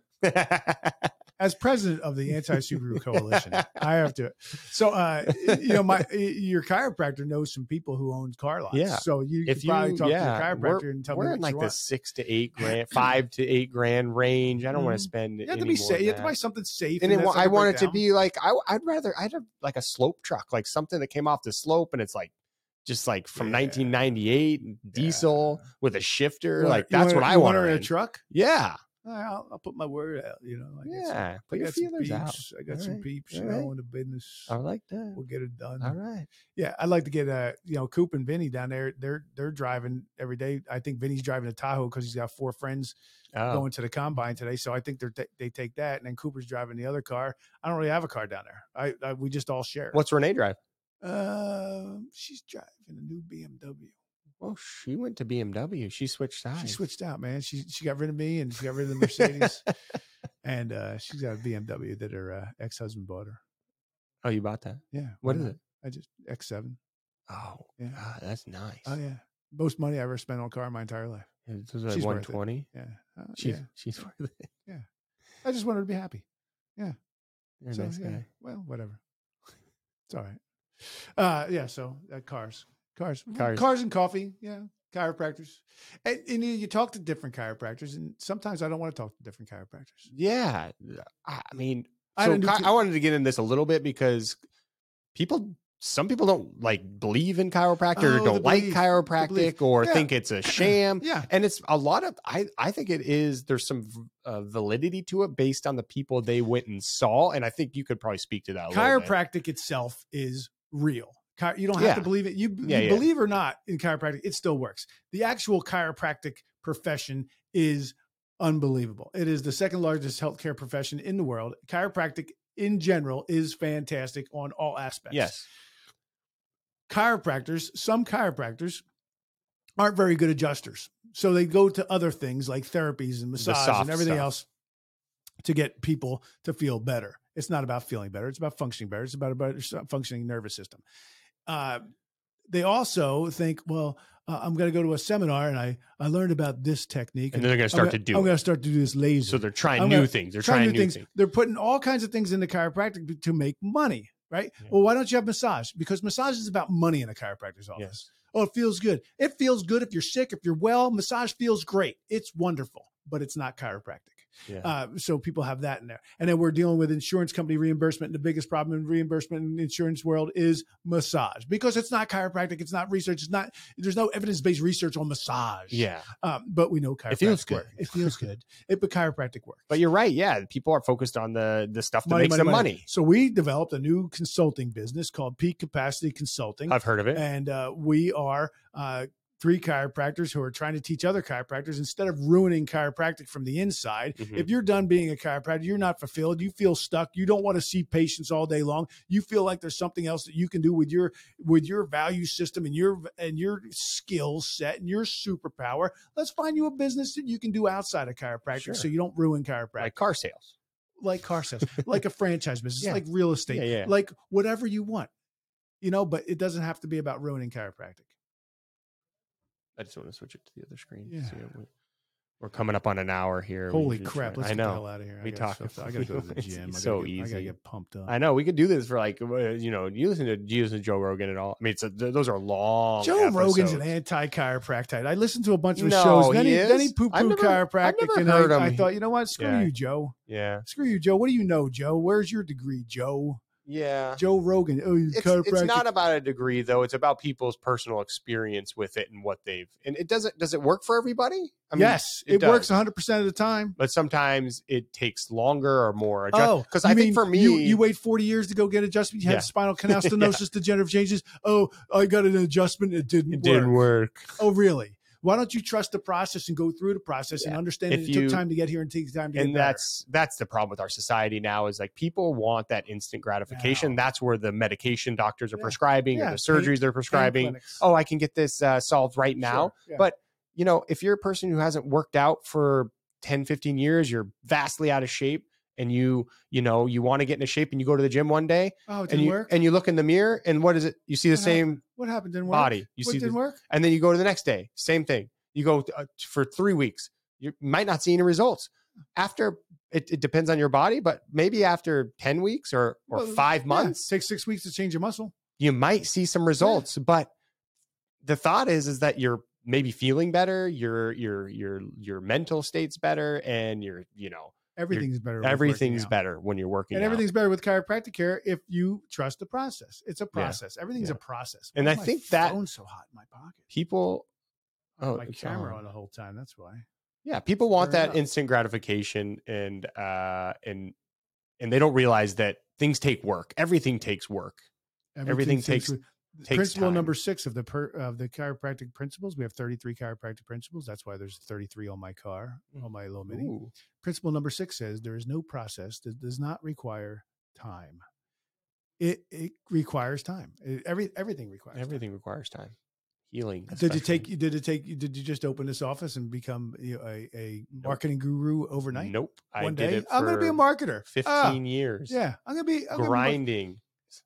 Speaker 1: As president of the Anti Subaru Coalition, I have to. So, uh, you know, my your chiropractor knows some people who own car lots.
Speaker 2: Yeah.
Speaker 1: So you
Speaker 2: If
Speaker 1: could probably
Speaker 2: you-
Speaker 1: talk
Speaker 2: yeah,
Speaker 1: to your
Speaker 2: we're-
Speaker 1: chiropractor and tell me
Speaker 2: We're
Speaker 1: what
Speaker 2: in like
Speaker 1: you
Speaker 2: the
Speaker 1: want.
Speaker 2: six to eight grand, five to eight grand range. I don't want
Speaker 1: Mhm.
Speaker 2: to spend.
Speaker 1: You have to
Speaker 2: any
Speaker 1: be
Speaker 2: more
Speaker 1: safe.
Speaker 2: than
Speaker 1: You have to
Speaker 2: that.
Speaker 1: buy something safe.
Speaker 2: and it,
Speaker 1: that's
Speaker 2: wa-
Speaker 1: not
Speaker 2: I
Speaker 1: gonna
Speaker 2: want
Speaker 1: break
Speaker 2: it to
Speaker 1: down.
Speaker 2: be like I, would rather I'd have like a slope truck, like something that came off the slope, and it's like just like from
Speaker 1: Yeah.
Speaker 2: 1998 diesel with a
Speaker 1: You
Speaker 2: shifter.
Speaker 1: want-
Speaker 2: Like
Speaker 1: you
Speaker 2: that's
Speaker 1: want-
Speaker 2: what I
Speaker 1: you
Speaker 2: want.
Speaker 1: her in
Speaker 2: her
Speaker 1: a
Speaker 2: in.
Speaker 1: truck.
Speaker 2: Yeah,
Speaker 1: All right, I'll, I'll put my word out. You know, I got some-
Speaker 2: yeah. Put
Speaker 1: I
Speaker 2: your
Speaker 1: got some
Speaker 2: feelers out.
Speaker 1: peeps. I got
Speaker 2: All
Speaker 1: some
Speaker 2: right,
Speaker 1: peeps.
Speaker 2: all
Speaker 1: You know,
Speaker 2: right.
Speaker 1: in the business,
Speaker 2: I like that.
Speaker 1: we'll get it done.
Speaker 2: All right.
Speaker 1: Yeah, I'd like to get uh, you know, Coop and Vinny down there. They're they're driving every day. I think Vinny's driving a Tahoe because he's got four friends
Speaker 2: Oh,
Speaker 1: going to the combine today. So I think they're ta- they take that, and then Cooper's driving the other car. I don't really have a car down there. I, I we just all share.
Speaker 2: what's Renee drive?
Speaker 1: Um, she's driving a new BMW.
Speaker 2: Well, Oh, she went to BMW. She switched sides.
Speaker 1: She switched out, man. She she got rid of me and she got rid of the Mercedes, and uh, she's got a BMW that her uh, ex husband bought her.
Speaker 2: Oh, you bought that?
Speaker 1: Yeah, why
Speaker 2: What is
Speaker 1: not?
Speaker 2: it?
Speaker 1: I just X seven.
Speaker 2: Oh,
Speaker 1: Yeah.
Speaker 2: God, that's nice.
Speaker 1: Oh yeah, most money I ever spent on a car in my entire life.
Speaker 2: This was like
Speaker 1: She's worth
Speaker 2: one
Speaker 1: it.
Speaker 2: twenty.
Speaker 1: Yeah, uh,
Speaker 2: She's
Speaker 1: yeah.
Speaker 2: she's worth it.
Speaker 1: I just want her to be happy.
Speaker 2: You're a
Speaker 1: So,
Speaker 2: nice
Speaker 1: yeah,
Speaker 2: guy.
Speaker 1: Well, whatever. It's all right. Uh, yeah. So uh, cars, cars, Mm,
Speaker 2: Cars.
Speaker 1: cars, and coffee. Yeah, chiropractors, and, and you, you talk to different chiropractors, and sometimes I don't want to talk to different chiropractors.
Speaker 2: Yeah, th- I I mean,
Speaker 1: I
Speaker 2: so
Speaker 1: had a new
Speaker 2: chi-
Speaker 1: te-
Speaker 2: I wanted to get in this a little bit because people, some people don't like believe in chiropractic
Speaker 1: Oh,
Speaker 2: or
Speaker 1: the
Speaker 2: don't like
Speaker 1: belief, the belief.
Speaker 2: chiropractic or
Speaker 1: Yeah.
Speaker 2: think it's a sham.
Speaker 1: Yeah,
Speaker 2: And it's a lot of I I think it is there's some v- uh, validity to it based on the people they went and saw, and I think you could probably speak to that. A little bit.
Speaker 1: chiropractic itself is real. Chi- You don't have to
Speaker 2: Yeah.
Speaker 1: believe it. You, b-
Speaker 2: Yeah,
Speaker 1: you
Speaker 2: yeah.
Speaker 1: believe or not in chiropractic, it still works. The actual chiropractic profession is unbelievable. It is the second largest healthcare profession in the world. Chiropractic in general is fantastic on all aspects.
Speaker 2: Yes,
Speaker 1: Chiropractors, some chiropractors aren't very good adjusters. So they go to other things like therapies and massage
Speaker 2: soft
Speaker 1: and everything
Speaker 2: stuff.
Speaker 1: else to get people to feel better. It's not about feeling better. It's about functioning better. It's about a better s- functioning nervous system. Uh, they also think, well, uh, I'm going to go to a seminar and I I learned about this technique,
Speaker 2: And then they're going to start to do
Speaker 1: I'm
Speaker 2: it.
Speaker 1: going to start to do this laser.
Speaker 2: So they're trying
Speaker 1: I'm
Speaker 2: new
Speaker 1: gonna-
Speaker 2: things. They're
Speaker 1: trying
Speaker 2: trying,
Speaker 1: new things.
Speaker 2: things.
Speaker 1: They're putting all kinds of things into chiropractic b- to make money, right?
Speaker 2: Yeah.
Speaker 1: Well, why don't you have massage? Because massage is about money in a chiropractor's office.
Speaker 2: Yes.
Speaker 1: Oh, it feels good. It feels good if you're sick, if you're well. Massage feels great. It's wonderful, but it's not chiropractic.
Speaker 2: Yeah.
Speaker 1: Uh, so people have that in there. And then we're dealing with insurance company reimbursement. And the biggest problem in reimbursement in the insurance world is massage because it's not chiropractic. It's not research. It's not, there's no evidence based research on massage.
Speaker 2: yeah.
Speaker 1: Um, but we know chiropractic
Speaker 2: feels good.
Speaker 1: work. It feels good. It, but chiropractic work.
Speaker 2: But you're right. Yeah. People are focused on the the stuff that makes them money.
Speaker 1: So we developed a new consulting business called Peak Capacity Consulting.
Speaker 2: I've heard of it.
Speaker 1: and uh, we are uh, three chiropractors who are trying to teach other chiropractors instead of ruining chiropractic from the inside.
Speaker 2: Mhm.
Speaker 1: If you're done being a chiropractor, you're not fulfilled. You feel stuck. You don't want to see patients all day long. You feel like there's something else that you can do with your with your value system and your and your skill set and your superpower. Let's find you a business that you can do outside of chiropractic,
Speaker 2: Sure.
Speaker 1: so you don't ruin chiropractic,
Speaker 2: Like
Speaker 1: like,
Speaker 2: car sales.
Speaker 1: car sales, like a franchise business,
Speaker 2: Yeah.
Speaker 1: like real estate,
Speaker 2: Yeah. Yeah.
Speaker 1: like whatever you want. You know, but it doesn't have to be about ruining chiropractic.
Speaker 2: I just want to switch it to the other screen.
Speaker 1: Yeah.
Speaker 2: So, yeah, we- we're coming up on an hour here. We
Speaker 1: Holy
Speaker 2: usually
Speaker 1: crap!
Speaker 2: try-
Speaker 1: Let's
Speaker 2: I
Speaker 1: get the hell
Speaker 2: know.
Speaker 1: out of here.
Speaker 2: We
Speaker 1: I got
Speaker 2: talk
Speaker 1: stuff to-
Speaker 2: about
Speaker 1: I gotta go to the
Speaker 2: it.
Speaker 1: gym. I gotta
Speaker 2: So
Speaker 1: get, I
Speaker 2: easy.
Speaker 1: gotta get pumped up.
Speaker 2: I know we could do this for like uh, you know you listen to you listen to Joe Rogan at all. I mean, it's a, th- those are long.
Speaker 1: Joe Rogan's an
Speaker 2: episodes.
Speaker 1: anti-chiropractite. I listened to a bunch of his
Speaker 2: No,
Speaker 1: shows. Then
Speaker 2: he
Speaker 1: he, then he
Speaker 2: is?
Speaker 1: poo
Speaker 2: I've
Speaker 1: poo
Speaker 2: never-
Speaker 1: chiropractic,
Speaker 2: I've never
Speaker 1: and I-
Speaker 2: heard
Speaker 1: I,
Speaker 2: him.
Speaker 1: thought, you know what? Screw
Speaker 2: Yeah.
Speaker 1: you, Joe.
Speaker 2: yeah
Speaker 1: Screw you, Joe. What do you know, Joe? Where's your degree, Joe?
Speaker 2: yeah.
Speaker 1: Joe Rogan. Oh, he's
Speaker 2: It's,
Speaker 1: chiropractic.
Speaker 2: it's not about a degree though. It's about people's personal experience with it and what they've and it doesn't does it work for everybody? I mean,
Speaker 1: yes,
Speaker 2: it
Speaker 1: it, works
Speaker 2: does.
Speaker 1: 100 percent of the time.
Speaker 2: but sometimes it takes longer or more
Speaker 1: Oh,
Speaker 2: because
Speaker 1: you
Speaker 2: I
Speaker 1: mean
Speaker 2: think for me
Speaker 1: you, you wait 40 years to go get adjustment. You
Speaker 2: Yeah.
Speaker 1: had spinal canal stenosis, degenerative changes. Oh, I got an adjustment. It didn't.
Speaker 2: it
Speaker 1: work.
Speaker 2: didn't work.
Speaker 1: Oh, really? Why don't you trust the process and go through the process and
Speaker 2: Yeah.
Speaker 1: understand
Speaker 2: If
Speaker 1: that it
Speaker 2: you-
Speaker 1: took time to get here and takes time to
Speaker 2: and
Speaker 1: get better?
Speaker 2: that's that's the problem with our society now is like people want that instant gratification
Speaker 1: Now.
Speaker 2: that's where the medication doctors are
Speaker 1: Yeah.
Speaker 2: prescribing
Speaker 1: Yeah,
Speaker 2: or the
Speaker 1: pain-
Speaker 2: surgeries they're prescribing oh i can get this uh, solved right now but- you know if you're a person who hasn't worked out for 10 15 years you're vastly out of shape and you you know you want to get into shape and you go to the gym one day
Speaker 1: oh, it
Speaker 2: and
Speaker 1: didn't
Speaker 2: you
Speaker 1: work.
Speaker 2: and you look in the mirror and what is it you see the
Speaker 1: What happened?
Speaker 2: same
Speaker 1: what happened? Didn't work.
Speaker 2: body you
Speaker 1: what
Speaker 2: see
Speaker 1: didn't
Speaker 2: the,
Speaker 1: work?
Speaker 2: and then you go to the next day same thing you go uh, for three weeks you might not see any results after it, it depends on your body but maybe after 10 weeks or or
Speaker 1: Well,
Speaker 2: five months
Speaker 1: Yeah, takes six weeks to change your muscle.
Speaker 2: you might see some results but the thought is is that you're maybe feeling better your your your your mental state's better and your you know
Speaker 1: Everything's better. with working
Speaker 2: everything's
Speaker 1: out.
Speaker 2: better when you're working
Speaker 1: And
Speaker 2: out.
Speaker 1: everything's better with chiropractic care if you trust the process. It's a process. Everything's
Speaker 2: Yeah.
Speaker 1: a process.
Speaker 2: And
Speaker 1: Why
Speaker 2: I
Speaker 1: is my
Speaker 2: think that-
Speaker 1: phone's so hot in my pocket.
Speaker 2: people
Speaker 1: Oh,
Speaker 2: Oh,
Speaker 1: my
Speaker 2: it's
Speaker 1: camera
Speaker 2: on.
Speaker 1: on the whole time. That's why.
Speaker 2: yeah people want
Speaker 1: Fair
Speaker 2: that
Speaker 1: enough.
Speaker 2: instant gratification and uh and and they don't realize that things take work everything takes work Everything
Speaker 1: seems
Speaker 2: takes-
Speaker 1: to-
Speaker 2: takes
Speaker 1: principle
Speaker 2: time.
Speaker 1: number six of the per, of the chiropractic principles. We have thirty three chiropractic principles. That's why there's thirty three on my car, on my little mini.
Speaker 2: Mm. Ooh.
Speaker 1: Principle number six says there is no process that does not require time. It it requires time. It- every everything requires. time.
Speaker 2: everything requires time healing
Speaker 1: Did you
Speaker 2: especially.
Speaker 1: take? Did it take? Did you just open this office and become you know, a, a marketing guru overnight?
Speaker 2: nope I
Speaker 1: One
Speaker 2: did
Speaker 1: day,
Speaker 2: it
Speaker 1: I'm going to be a
Speaker 2: for
Speaker 1: marketer.
Speaker 2: 15
Speaker 1: Ah,
Speaker 2: years
Speaker 1: Yeah, I'm going to be I'm gonna be mar-
Speaker 2: grinding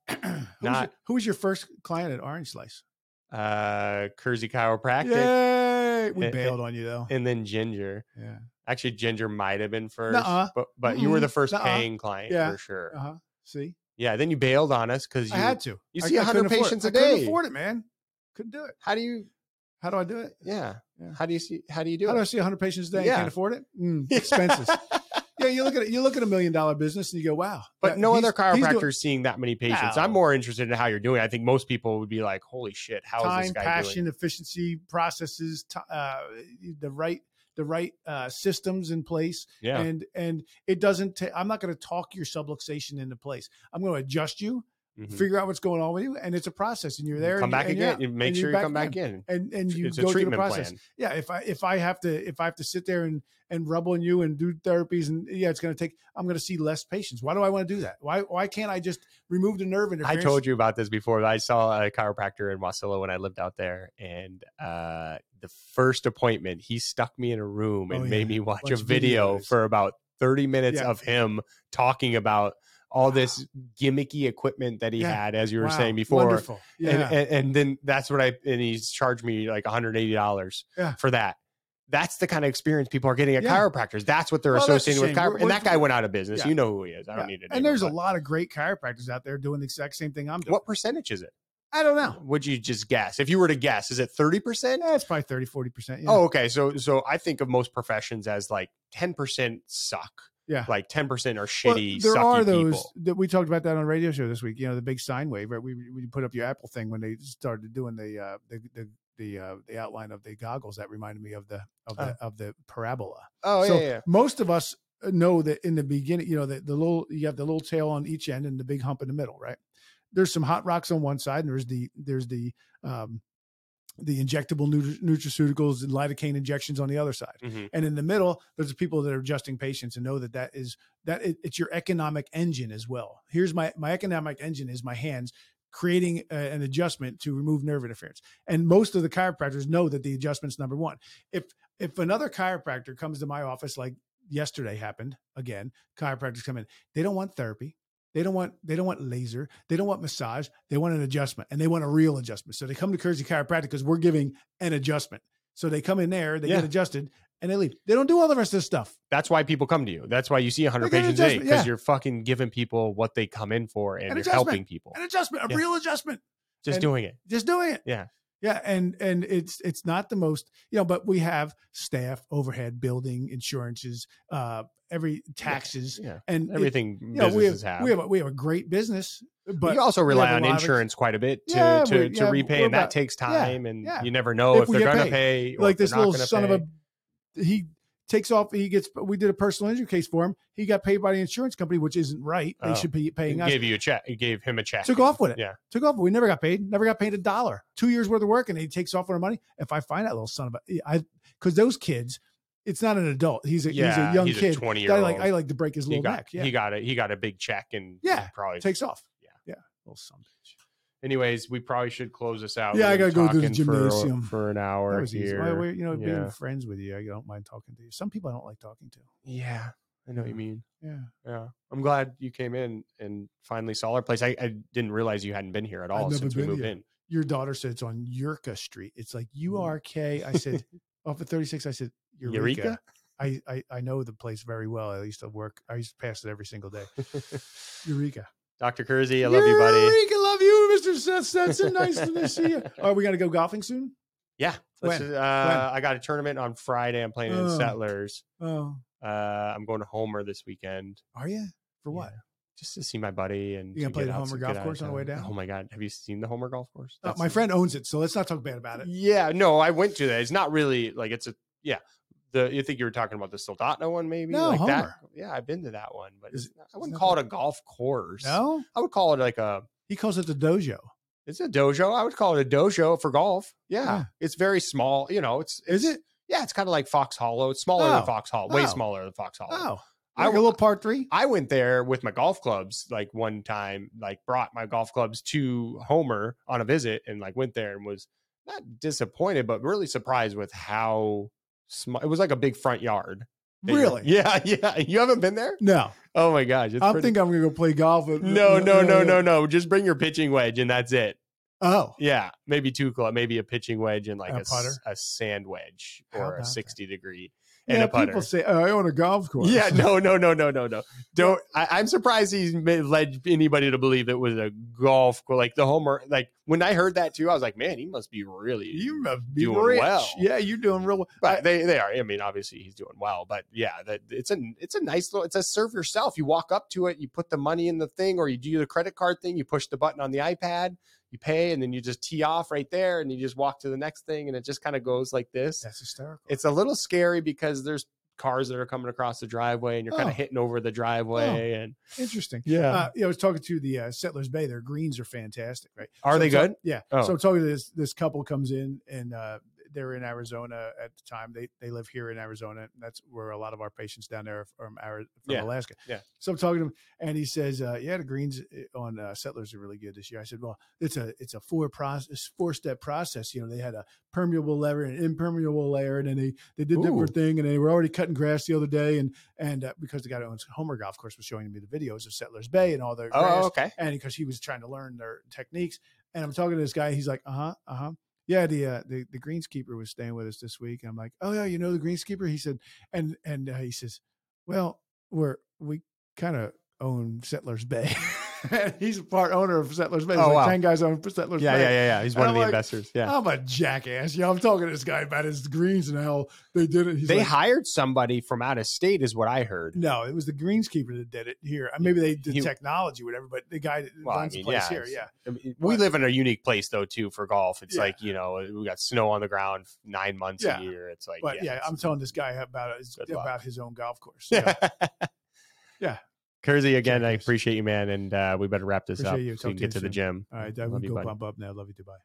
Speaker 1: Who was your-
Speaker 2: Not-
Speaker 1: who was your first client at Orange Slice?
Speaker 2: uh Kersey chiropractic
Speaker 1: Yay! We
Speaker 2: It-
Speaker 1: bailed on you though.
Speaker 2: and then ginger
Speaker 1: yeah.
Speaker 2: actually ginger might have been 1st
Speaker 1: Nuh-uh.
Speaker 2: but but you were
Speaker 1: Mm-mm.
Speaker 2: the 1st
Speaker 1: Nuh-uh.
Speaker 2: paying client
Speaker 1: Yeah.
Speaker 2: for sure
Speaker 1: Uh huh. See,
Speaker 2: yeah then you bailed on us because you
Speaker 1: I had to.
Speaker 2: you
Speaker 1: I-
Speaker 2: see
Speaker 1: I couldn't afford
Speaker 2: 100
Speaker 1: it.
Speaker 2: patients a
Speaker 1: I couldn't
Speaker 2: day.
Speaker 1: afford it, man. Couldn't do it.
Speaker 2: how do you
Speaker 1: How do I do it?
Speaker 2: yeah.
Speaker 1: Yeah.
Speaker 2: how do you see how do you do
Speaker 1: How
Speaker 2: it
Speaker 1: do I see 100 patients a day? and
Speaker 2: Yeah.
Speaker 1: Can't afford it. Mm, expenses. yeah, you look at it. You look at a million dollar business and you go, wow.
Speaker 2: But
Speaker 1: that-
Speaker 2: no
Speaker 1: he's-
Speaker 2: other
Speaker 1: he's doing-
Speaker 2: chiropractor is seeing that many patients. I'm
Speaker 1: No.
Speaker 2: more interested in how you're doing. I think most people would be like, "Holy shit, how is
Speaker 1: time,
Speaker 2: this guy
Speaker 1: passion,
Speaker 2: doing?"
Speaker 1: efficiency, processes, t- uh, the right the right uh, systems in place,
Speaker 2: Yeah,
Speaker 1: and and it doesn't. i I'm not going to talk your subluxation into place. I'm going to adjust you,
Speaker 2: Mhm.
Speaker 1: figure out what's going on with you, and it's a process. And you're there.
Speaker 2: come
Speaker 1: and,
Speaker 2: back
Speaker 1: and you're
Speaker 2: again.
Speaker 1: out,
Speaker 2: You make
Speaker 1: and
Speaker 2: sure
Speaker 1: you're
Speaker 2: you come back in.
Speaker 1: And and you
Speaker 2: it's
Speaker 1: go
Speaker 2: a
Speaker 1: through the
Speaker 2: treatment
Speaker 1: process.
Speaker 2: plan.
Speaker 1: yeah if i if i have to if i have to sit there and and rub on you and do therapies and yeah it's going to take i'm going to see less patients why do i want to do that why why can't i just remove the nerve
Speaker 2: I
Speaker 1: interference
Speaker 2: told you about this before. but I saw a chiropractor in Wasilla when I lived out there, and uh, the first appointment, he stuck me in a room and
Speaker 1: Oh, yeah.
Speaker 2: made me watch
Speaker 1: Bunch
Speaker 2: a
Speaker 1: of
Speaker 2: video
Speaker 1: videos.
Speaker 2: for about 30 minutes
Speaker 1: Yeah.
Speaker 2: of him talking about all this gimmicky equipment that he
Speaker 1: Yeah.
Speaker 2: had, as you were
Speaker 1: Wow,
Speaker 2: saying before.
Speaker 1: Wonderful. Yeah.
Speaker 2: And, and and then that's what I and he's charged me like 180 dollars
Speaker 1: Yeah.
Speaker 2: for that. That's the kind of experience people are getting at
Speaker 1: Yeah.
Speaker 2: chiropractors. That's what they're
Speaker 1: Well, that's a
Speaker 2: associating with
Speaker 1: shame. We're-
Speaker 2: chiropractors. And
Speaker 1: we're-
Speaker 2: that guy went out of business.
Speaker 1: Yeah.
Speaker 2: You know who he is. I don't
Speaker 1: Yeah.
Speaker 2: need to.
Speaker 1: And
Speaker 2: name
Speaker 1: there's
Speaker 2: him,
Speaker 1: a
Speaker 2: but
Speaker 1: lot of great chiropractors out there doing the exact same thing I'm doing.
Speaker 2: What percentage is it?
Speaker 1: I don't know.
Speaker 2: Would you just guess? If you were to guess, is it 30 percent?
Speaker 1: Yeah, it's probably 30, 40%. Yeah.
Speaker 2: Oh, okay. So so I think of most professions as like 10% suck.
Speaker 1: Yeah.
Speaker 2: Like 10% are
Speaker 1: Well,
Speaker 2: shitty,
Speaker 1: there
Speaker 2: sucky
Speaker 1: are those
Speaker 2: people.
Speaker 1: that we talked about that on a radio show this week. You know, the big sine wave. Right? We we put up your Apple thing when they started doing the uh, the the the, uh, the outline of the goggles. That reminded me of the of the of the parabola.
Speaker 2: Oh,
Speaker 1: so
Speaker 2: yeah, yeah.
Speaker 1: most of us know that in the beginning, you know, that the little you have the little tail on each end and the big hump in the middle, right? There's some hot rocks on one side, and there's the there's the um, the injectable nutri- nutraceuticals and lidocaine injections on the other side
Speaker 2: Mhm.
Speaker 1: and in the middle there's the people that are adjusting patients and know that that is that it, it's your economic engine as well here's my my economic engine is my hands creating a, an adjustment to remove nerve interference and most of the chiropractors know that the adjustment's number one if if another chiropractor comes to my office like yesterday happened again chiropractors come in they don't want therapy they don't want they don't want laser they don't want massage they want an adjustment and they want a real adjustment so they come to Kersey chiropractic because we're giving an adjustment so they come in there they
Speaker 2: Yeah.
Speaker 1: get adjusted and they leave. They don't do all the rest of this stuff.
Speaker 2: That's why people come to you. That's why you see 100
Speaker 1: Like an
Speaker 2: patients a day
Speaker 1: adjustment,
Speaker 2: because
Speaker 1: yeah.
Speaker 2: you're fucking giving people what they come in for and
Speaker 1: An
Speaker 2: you're
Speaker 1: adjustment.
Speaker 2: helping people.
Speaker 1: An adjustment, a
Speaker 2: Yeah.
Speaker 1: real adjustment.
Speaker 2: Just
Speaker 1: and-
Speaker 2: doing it.
Speaker 1: Just doing it.
Speaker 2: Yeah.
Speaker 1: Yeah. And and it's it's not the most, you know, but we have staff, overhead, building, insurances, uh, every taxes
Speaker 2: Yeah.
Speaker 1: and it-
Speaker 2: Everything
Speaker 1: you know, we have,
Speaker 2: businesses have.
Speaker 1: we have a, we have a great business, but
Speaker 2: you also rely
Speaker 1: have a
Speaker 2: on
Speaker 1: lot of-
Speaker 2: insurance quite a bit to,
Speaker 1: Yeah,
Speaker 2: to,
Speaker 1: we-
Speaker 2: to
Speaker 1: yeah,
Speaker 2: repay,
Speaker 1: we're
Speaker 2: and
Speaker 1: about-
Speaker 2: that takes time. and
Speaker 1: yeah.
Speaker 2: you never know
Speaker 1: If
Speaker 2: if,
Speaker 1: we
Speaker 2: they're
Speaker 1: get
Speaker 2: going
Speaker 1: paid.
Speaker 2: to pay. Or
Speaker 1: like
Speaker 2: if they're
Speaker 1: this
Speaker 2: not
Speaker 1: little
Speaker 2: gonna
Speaker 1: son
Speaker 2: pay.
Speaker 1: of a he takes off he gets we did a personal injury case for him he got paid by the insurance company which isn't right they
Speaker 2: Oh.
Speaker 1: should be paying us
Speaker 2: Gave you a check. Gave him a check.
Speaker 1: Took off with it.
Speaker 2: Yeah.
Speaker 1: took off. We never got paid. Never got paid a dollar. Two years worth of work, and he takes off on our money. If I find that little son of a, I because those kids, it's not an adult. He's a he's
Speaker 2: Yeah,
Speaker 1: a young
Speaker 2: he's a
Speaker 1: kid.
Speaker 2: 20
Speaker 1: that
Speaker 2: year
Speaker 1: I like
Speaker 2: old.
Speaker 1: I like to break his
Speaker 2: He
Speaker 1: little
Speaker 2: got,
Speaker 1: neck. Yeah,
Speaker 2: he got a he got a big check and
Speaker 1: Yeah.
Speaker 2: probably
Speaker 1: takes off.
Speaker 2: Yeah.
Speaker 1: yeah, little son.
Speaker 2: anyways, we probably should close this out.
Speaker 1: Yeah, I
Speaker 2: We've been
Speaker 1: gotta go to the
Speaker 2: talking for-
Speaker 1: gymnasium.
Speaker 2: for, an hour
Speaker 1: That was easy.
Speaker 2: here.
Speaker 1: Well, we- you know,
Speaker 2: Yeah.
Speaker 1: being friends with you, I don't mind talking to you. Some people I don't like talking to.
Speaker 2: yeah, I know what you mean.
Speaker 1: Yeah,
Speaker 2: Yeah, I'm glad you came in and finally saw our place. I, I didn't realize you hadn't been here at
Speaker 1: I've
Speaker 2: all
Speaker 1: never
Speaker 2: since we
Speaker 1: been
Speaker 2: moved
Speaker 1: here.
Speaker 2: in.
Speaker 1: your daughter said it's on Yurka Street. It's like
Speaker 2: Mm.
Speaker 1: U R K. I said off at thirty six. I said Eureka.
Speaker 2: Eureka?
Speaker 1: I, I I know the place very well. I used to work. I used to pass it every single day. Eureka.
Speaker 2: Dr. Kersey, I love you, buddy.
Speaker 1: Eureka, love you, Mr. Seth Stetson. Nice to see you. Are we going to go golfing soon?
Speaker 2: Yeah, let's
Speaker 1: When?
Speaker 2: just- uh, I got a tournament on Friday. I'm playing in
Speaker 1: Oh.
Speaker 2: Settlers.
Speaker 1: Oh,
Speaker 2: Uh, I'm going to Homer this weekend.
Speaker 1: are you? For what? Uh,
Speaker 2: Yeah. Just to see my buddy and
Speaker 1: You gonna
Speaker 2: to
Speaker 1: play
Speaker 2: get
Speaker 1: the
Speaker 2: out-
Speaker 1: Homer
Speaker 2: get
Speaker 1: golf
Speaker 2: out of
Speaker 1: course on the way
Speaker 2: town.
Speaker 1: down?
Speaker 2: Oh my god, have you seen the Homer golf course?
Speaker 1: Uh,
Speaker 2: That's-
Speaker 1: my friend owns it, so let's not talk bad about it.
Speaker 2: Yeah, no, I went to that. It's not really like it's a yeah. The you think you were talking about the Soldotna one maybe?
Speaker 1: No,
Speaker 2: like that-
Speaker 1: Homer.
Speaker 2: Yeah, I've been to that one, but
Speaker 1: Is-
Speaker 2: it's not- I wouldn't
Speaker 1: not
Speaker 2: call it a golf course.
Speaker 1: No,
Speaker 2: I would call it like a
Speaker 1: he calls it the dojo.
Speaker 2: it's a dojo. I would call it a dojo for golf. Yeah.
Speaker 1: Yeah.
Speaker 2: It's very small, you know, it's,
Speaker 1: Is
Speaker 2: it's- Yeah, it's kind of like Fox Hollow. It's smaller
Speaker 1: Oh.
Speaker 2: than Fox Hollow, way
Speaker 1: Oh.
Speaker 2: smaller than Fox Hollow.
Speaker 1: Oh,
Speaker 2: I
Speaker 1: like a
Speaker 2: w-
Speaker 1: little part three.
Speaker 2: I went there with my golf clubs like one time, like brought my golf clubs to Homer on a visit and like went there and was not disappointed, but really surprised with how small it was like a big front yard. that you're-
Speaker 1: Really?
Speaker 2: Yeah, yeah. You haven't been there?
Speaker 1: No,
Speaker 2: Oh my gosh. It's
Speaker 1: I
Speaker 2: pretty-
Speaker 1: think I'm going to go play golf. At,
Speaker 2: no, no,
Speaker 1: yeah,
Speaker 2: no,
Speaker 1: yeah.
Speaker 2: no, no. Just bring your pitching wedge and that's it.
Speaker 1: Oh,
Speaker 2: Yeah. Maybe two club, maybe a pitching wedge and like
Speaker 1: A
Speaker 2: a, s-
Speaker 1: putter?
Speaker 2: a sand wedge
Speaker 1: How
Speaker 2: or
Speaker 1: about
Speaker 2: a
Speaker 1: that?
Speaker 2: 60 degree and
Speaker 1: yeah.
Speaker 2: a putter.
Speaker 1: People say oh, I own a golf course.
Speaker 2: Yeah, no, no, no, no, no, no. Don't. I, I'm surprised he's ma- led anybody to believe it was a golf. cour- Like the Homer. Like when I heard that too, I was like, man, he must be really.
Speaker 1: you must be
Speaker 2: Doing
Speaker 1: rich.
Speaker 2: well.
Speaker 1: Yeah, you're doing real.
Speaker 2: but they they are. I mean, obviously he's doing well. But yeah, that it's a it's a nice little. It's a serve yourself. You walk up to it, you put the money in the thing, or you do the credit card thing. You push the button on the iPad. You pay, and then you just tee off right there, and you just walk to the next thing, and it just kind of goes like this
Speaker 1: That's hysterical.
Speaker 2: it's a little scary because there's cars that are coming across the driveway and you're kind
Speaker 1: Oh.
Speaker 2: of hitting over the driveway and
Speaker 1: interesting.
Speaker 2: yeah
Speaker 1: Uh, yeah, I was talking to the uh, Settlers Bay. Their greens are fantastic, right?
Speaker 2: Are
Speaker 1: So
Speaker 2: they
Speaker 1: I'm talk-
Speaker 2: good?
Speaker 1: yeah.
Speaker 2: Oh.
Speaker 1: So I'm talking to this this couple comes in and uh, they're in Arizona at the time. They they live here in Arizona. That's where a lot of our patients down there are from, Ari- from
Speaker 2: Yeah,
Speaker 1: Alaska.
Speaker 2: yeah.
Speaker 1: So I'm talking to him, and he says, uh, "Yeah, the greens on uh, settlers are really good this year." I said, "Well, it's a it's a four process four step process. You know, they had a permeable layer and an impermeable layer, and then they they did
Speaker 2: Ooh.
Speaker 1: different thing, and they were already cutting grass the other day, and and uh, because the guy that owns Homer Golf Course was showing me the videos of Settlers Bay and all their grass,
Speaker 2: Oh, okay.
Speaker 1: and because he was trying to learn their techniques. And I'm talking to this guy, he's like, uh huh, uh huh. Yeah, the, uh, the the greenskeeper was staying with us this week, and I'm like, oh yeah, you know the greenskeeper. He said, and and uh, he says, well, we're we kind of own Settlers Bay. he's a part owner of Settlers Bay. There's
Speaker 2: Oh,
Speaker 1: like
Speaker 2: wow.
Speaker 1: ten guys own Settlers
Speaker 2: Yeah,
Speaker 1: Bay.
Speaker 2: yeah, yeah, yeah. He's
Speaker 1: And
Speaker 2: one
Speaker 1: I'm
Speaker 2: of the
Speaker 1: like, uh,
Speaker 2: investors. Yeah.
Speaker 1: I'm a jackass. Yeah, I'm talking to this guy about his greens and how they did it. He's
Speaker 2: they
Speaker 1: like,
Speaker 2: hired somebody from out of state, is what I heard.
Speaker 1: no, it was the greenskeeper that did it here. Uh, Maybe they did
Speaker 2: He-
Speaker 1: technology, whatever, but the guy that
Speaker 2: Well, I
Speaker 1: runs
Speaker 2: mean,
Speaker 1: the place
Speaker 2: yeah,
Speaker 1: here,
Speaker 2: it's-
Speaker 1: yeah,
Speaker 2: I mean, we
Speaker 1: But-
Speaker 2: live in a unique place though too for golf. It's
Speaker 1: Yeah.
Speaker 2: like you know we got snow on the ground nine months
Speaker 1: Yeah.
Speaker 2: a year. It's like
Speaker 1: but yeah,
Speaker 2: it's-
Speaker 1: I'm telling this guy about his,
Speaker 2: Good luck.
Speaker 1: about his own golf course. So, Yeah.
Speaker 2: Kersey, again, I
Speaker 1: Checkers.
Speaker 2: appreciate you, man, and uh, we better wrap this
Speaker 1: Appreciate
Speaker 2: up
Speaker 1: you.
Speaker 2: so
Speaker 1: Talk
Speaker 2: we
Speaker 1: to
Speaker 2: can get
Speaker 1: you
Speaker 2: to the
Speaker 1: soon.
Speaker 2: gym.
Speaker 1: all right, I
Speaker 2: Love
Speaker 1: would
Speaker 2: you,
Speaker 1: go
Speaker 2: buddy.
Speaker 1: bump up now. Love you, Dubai.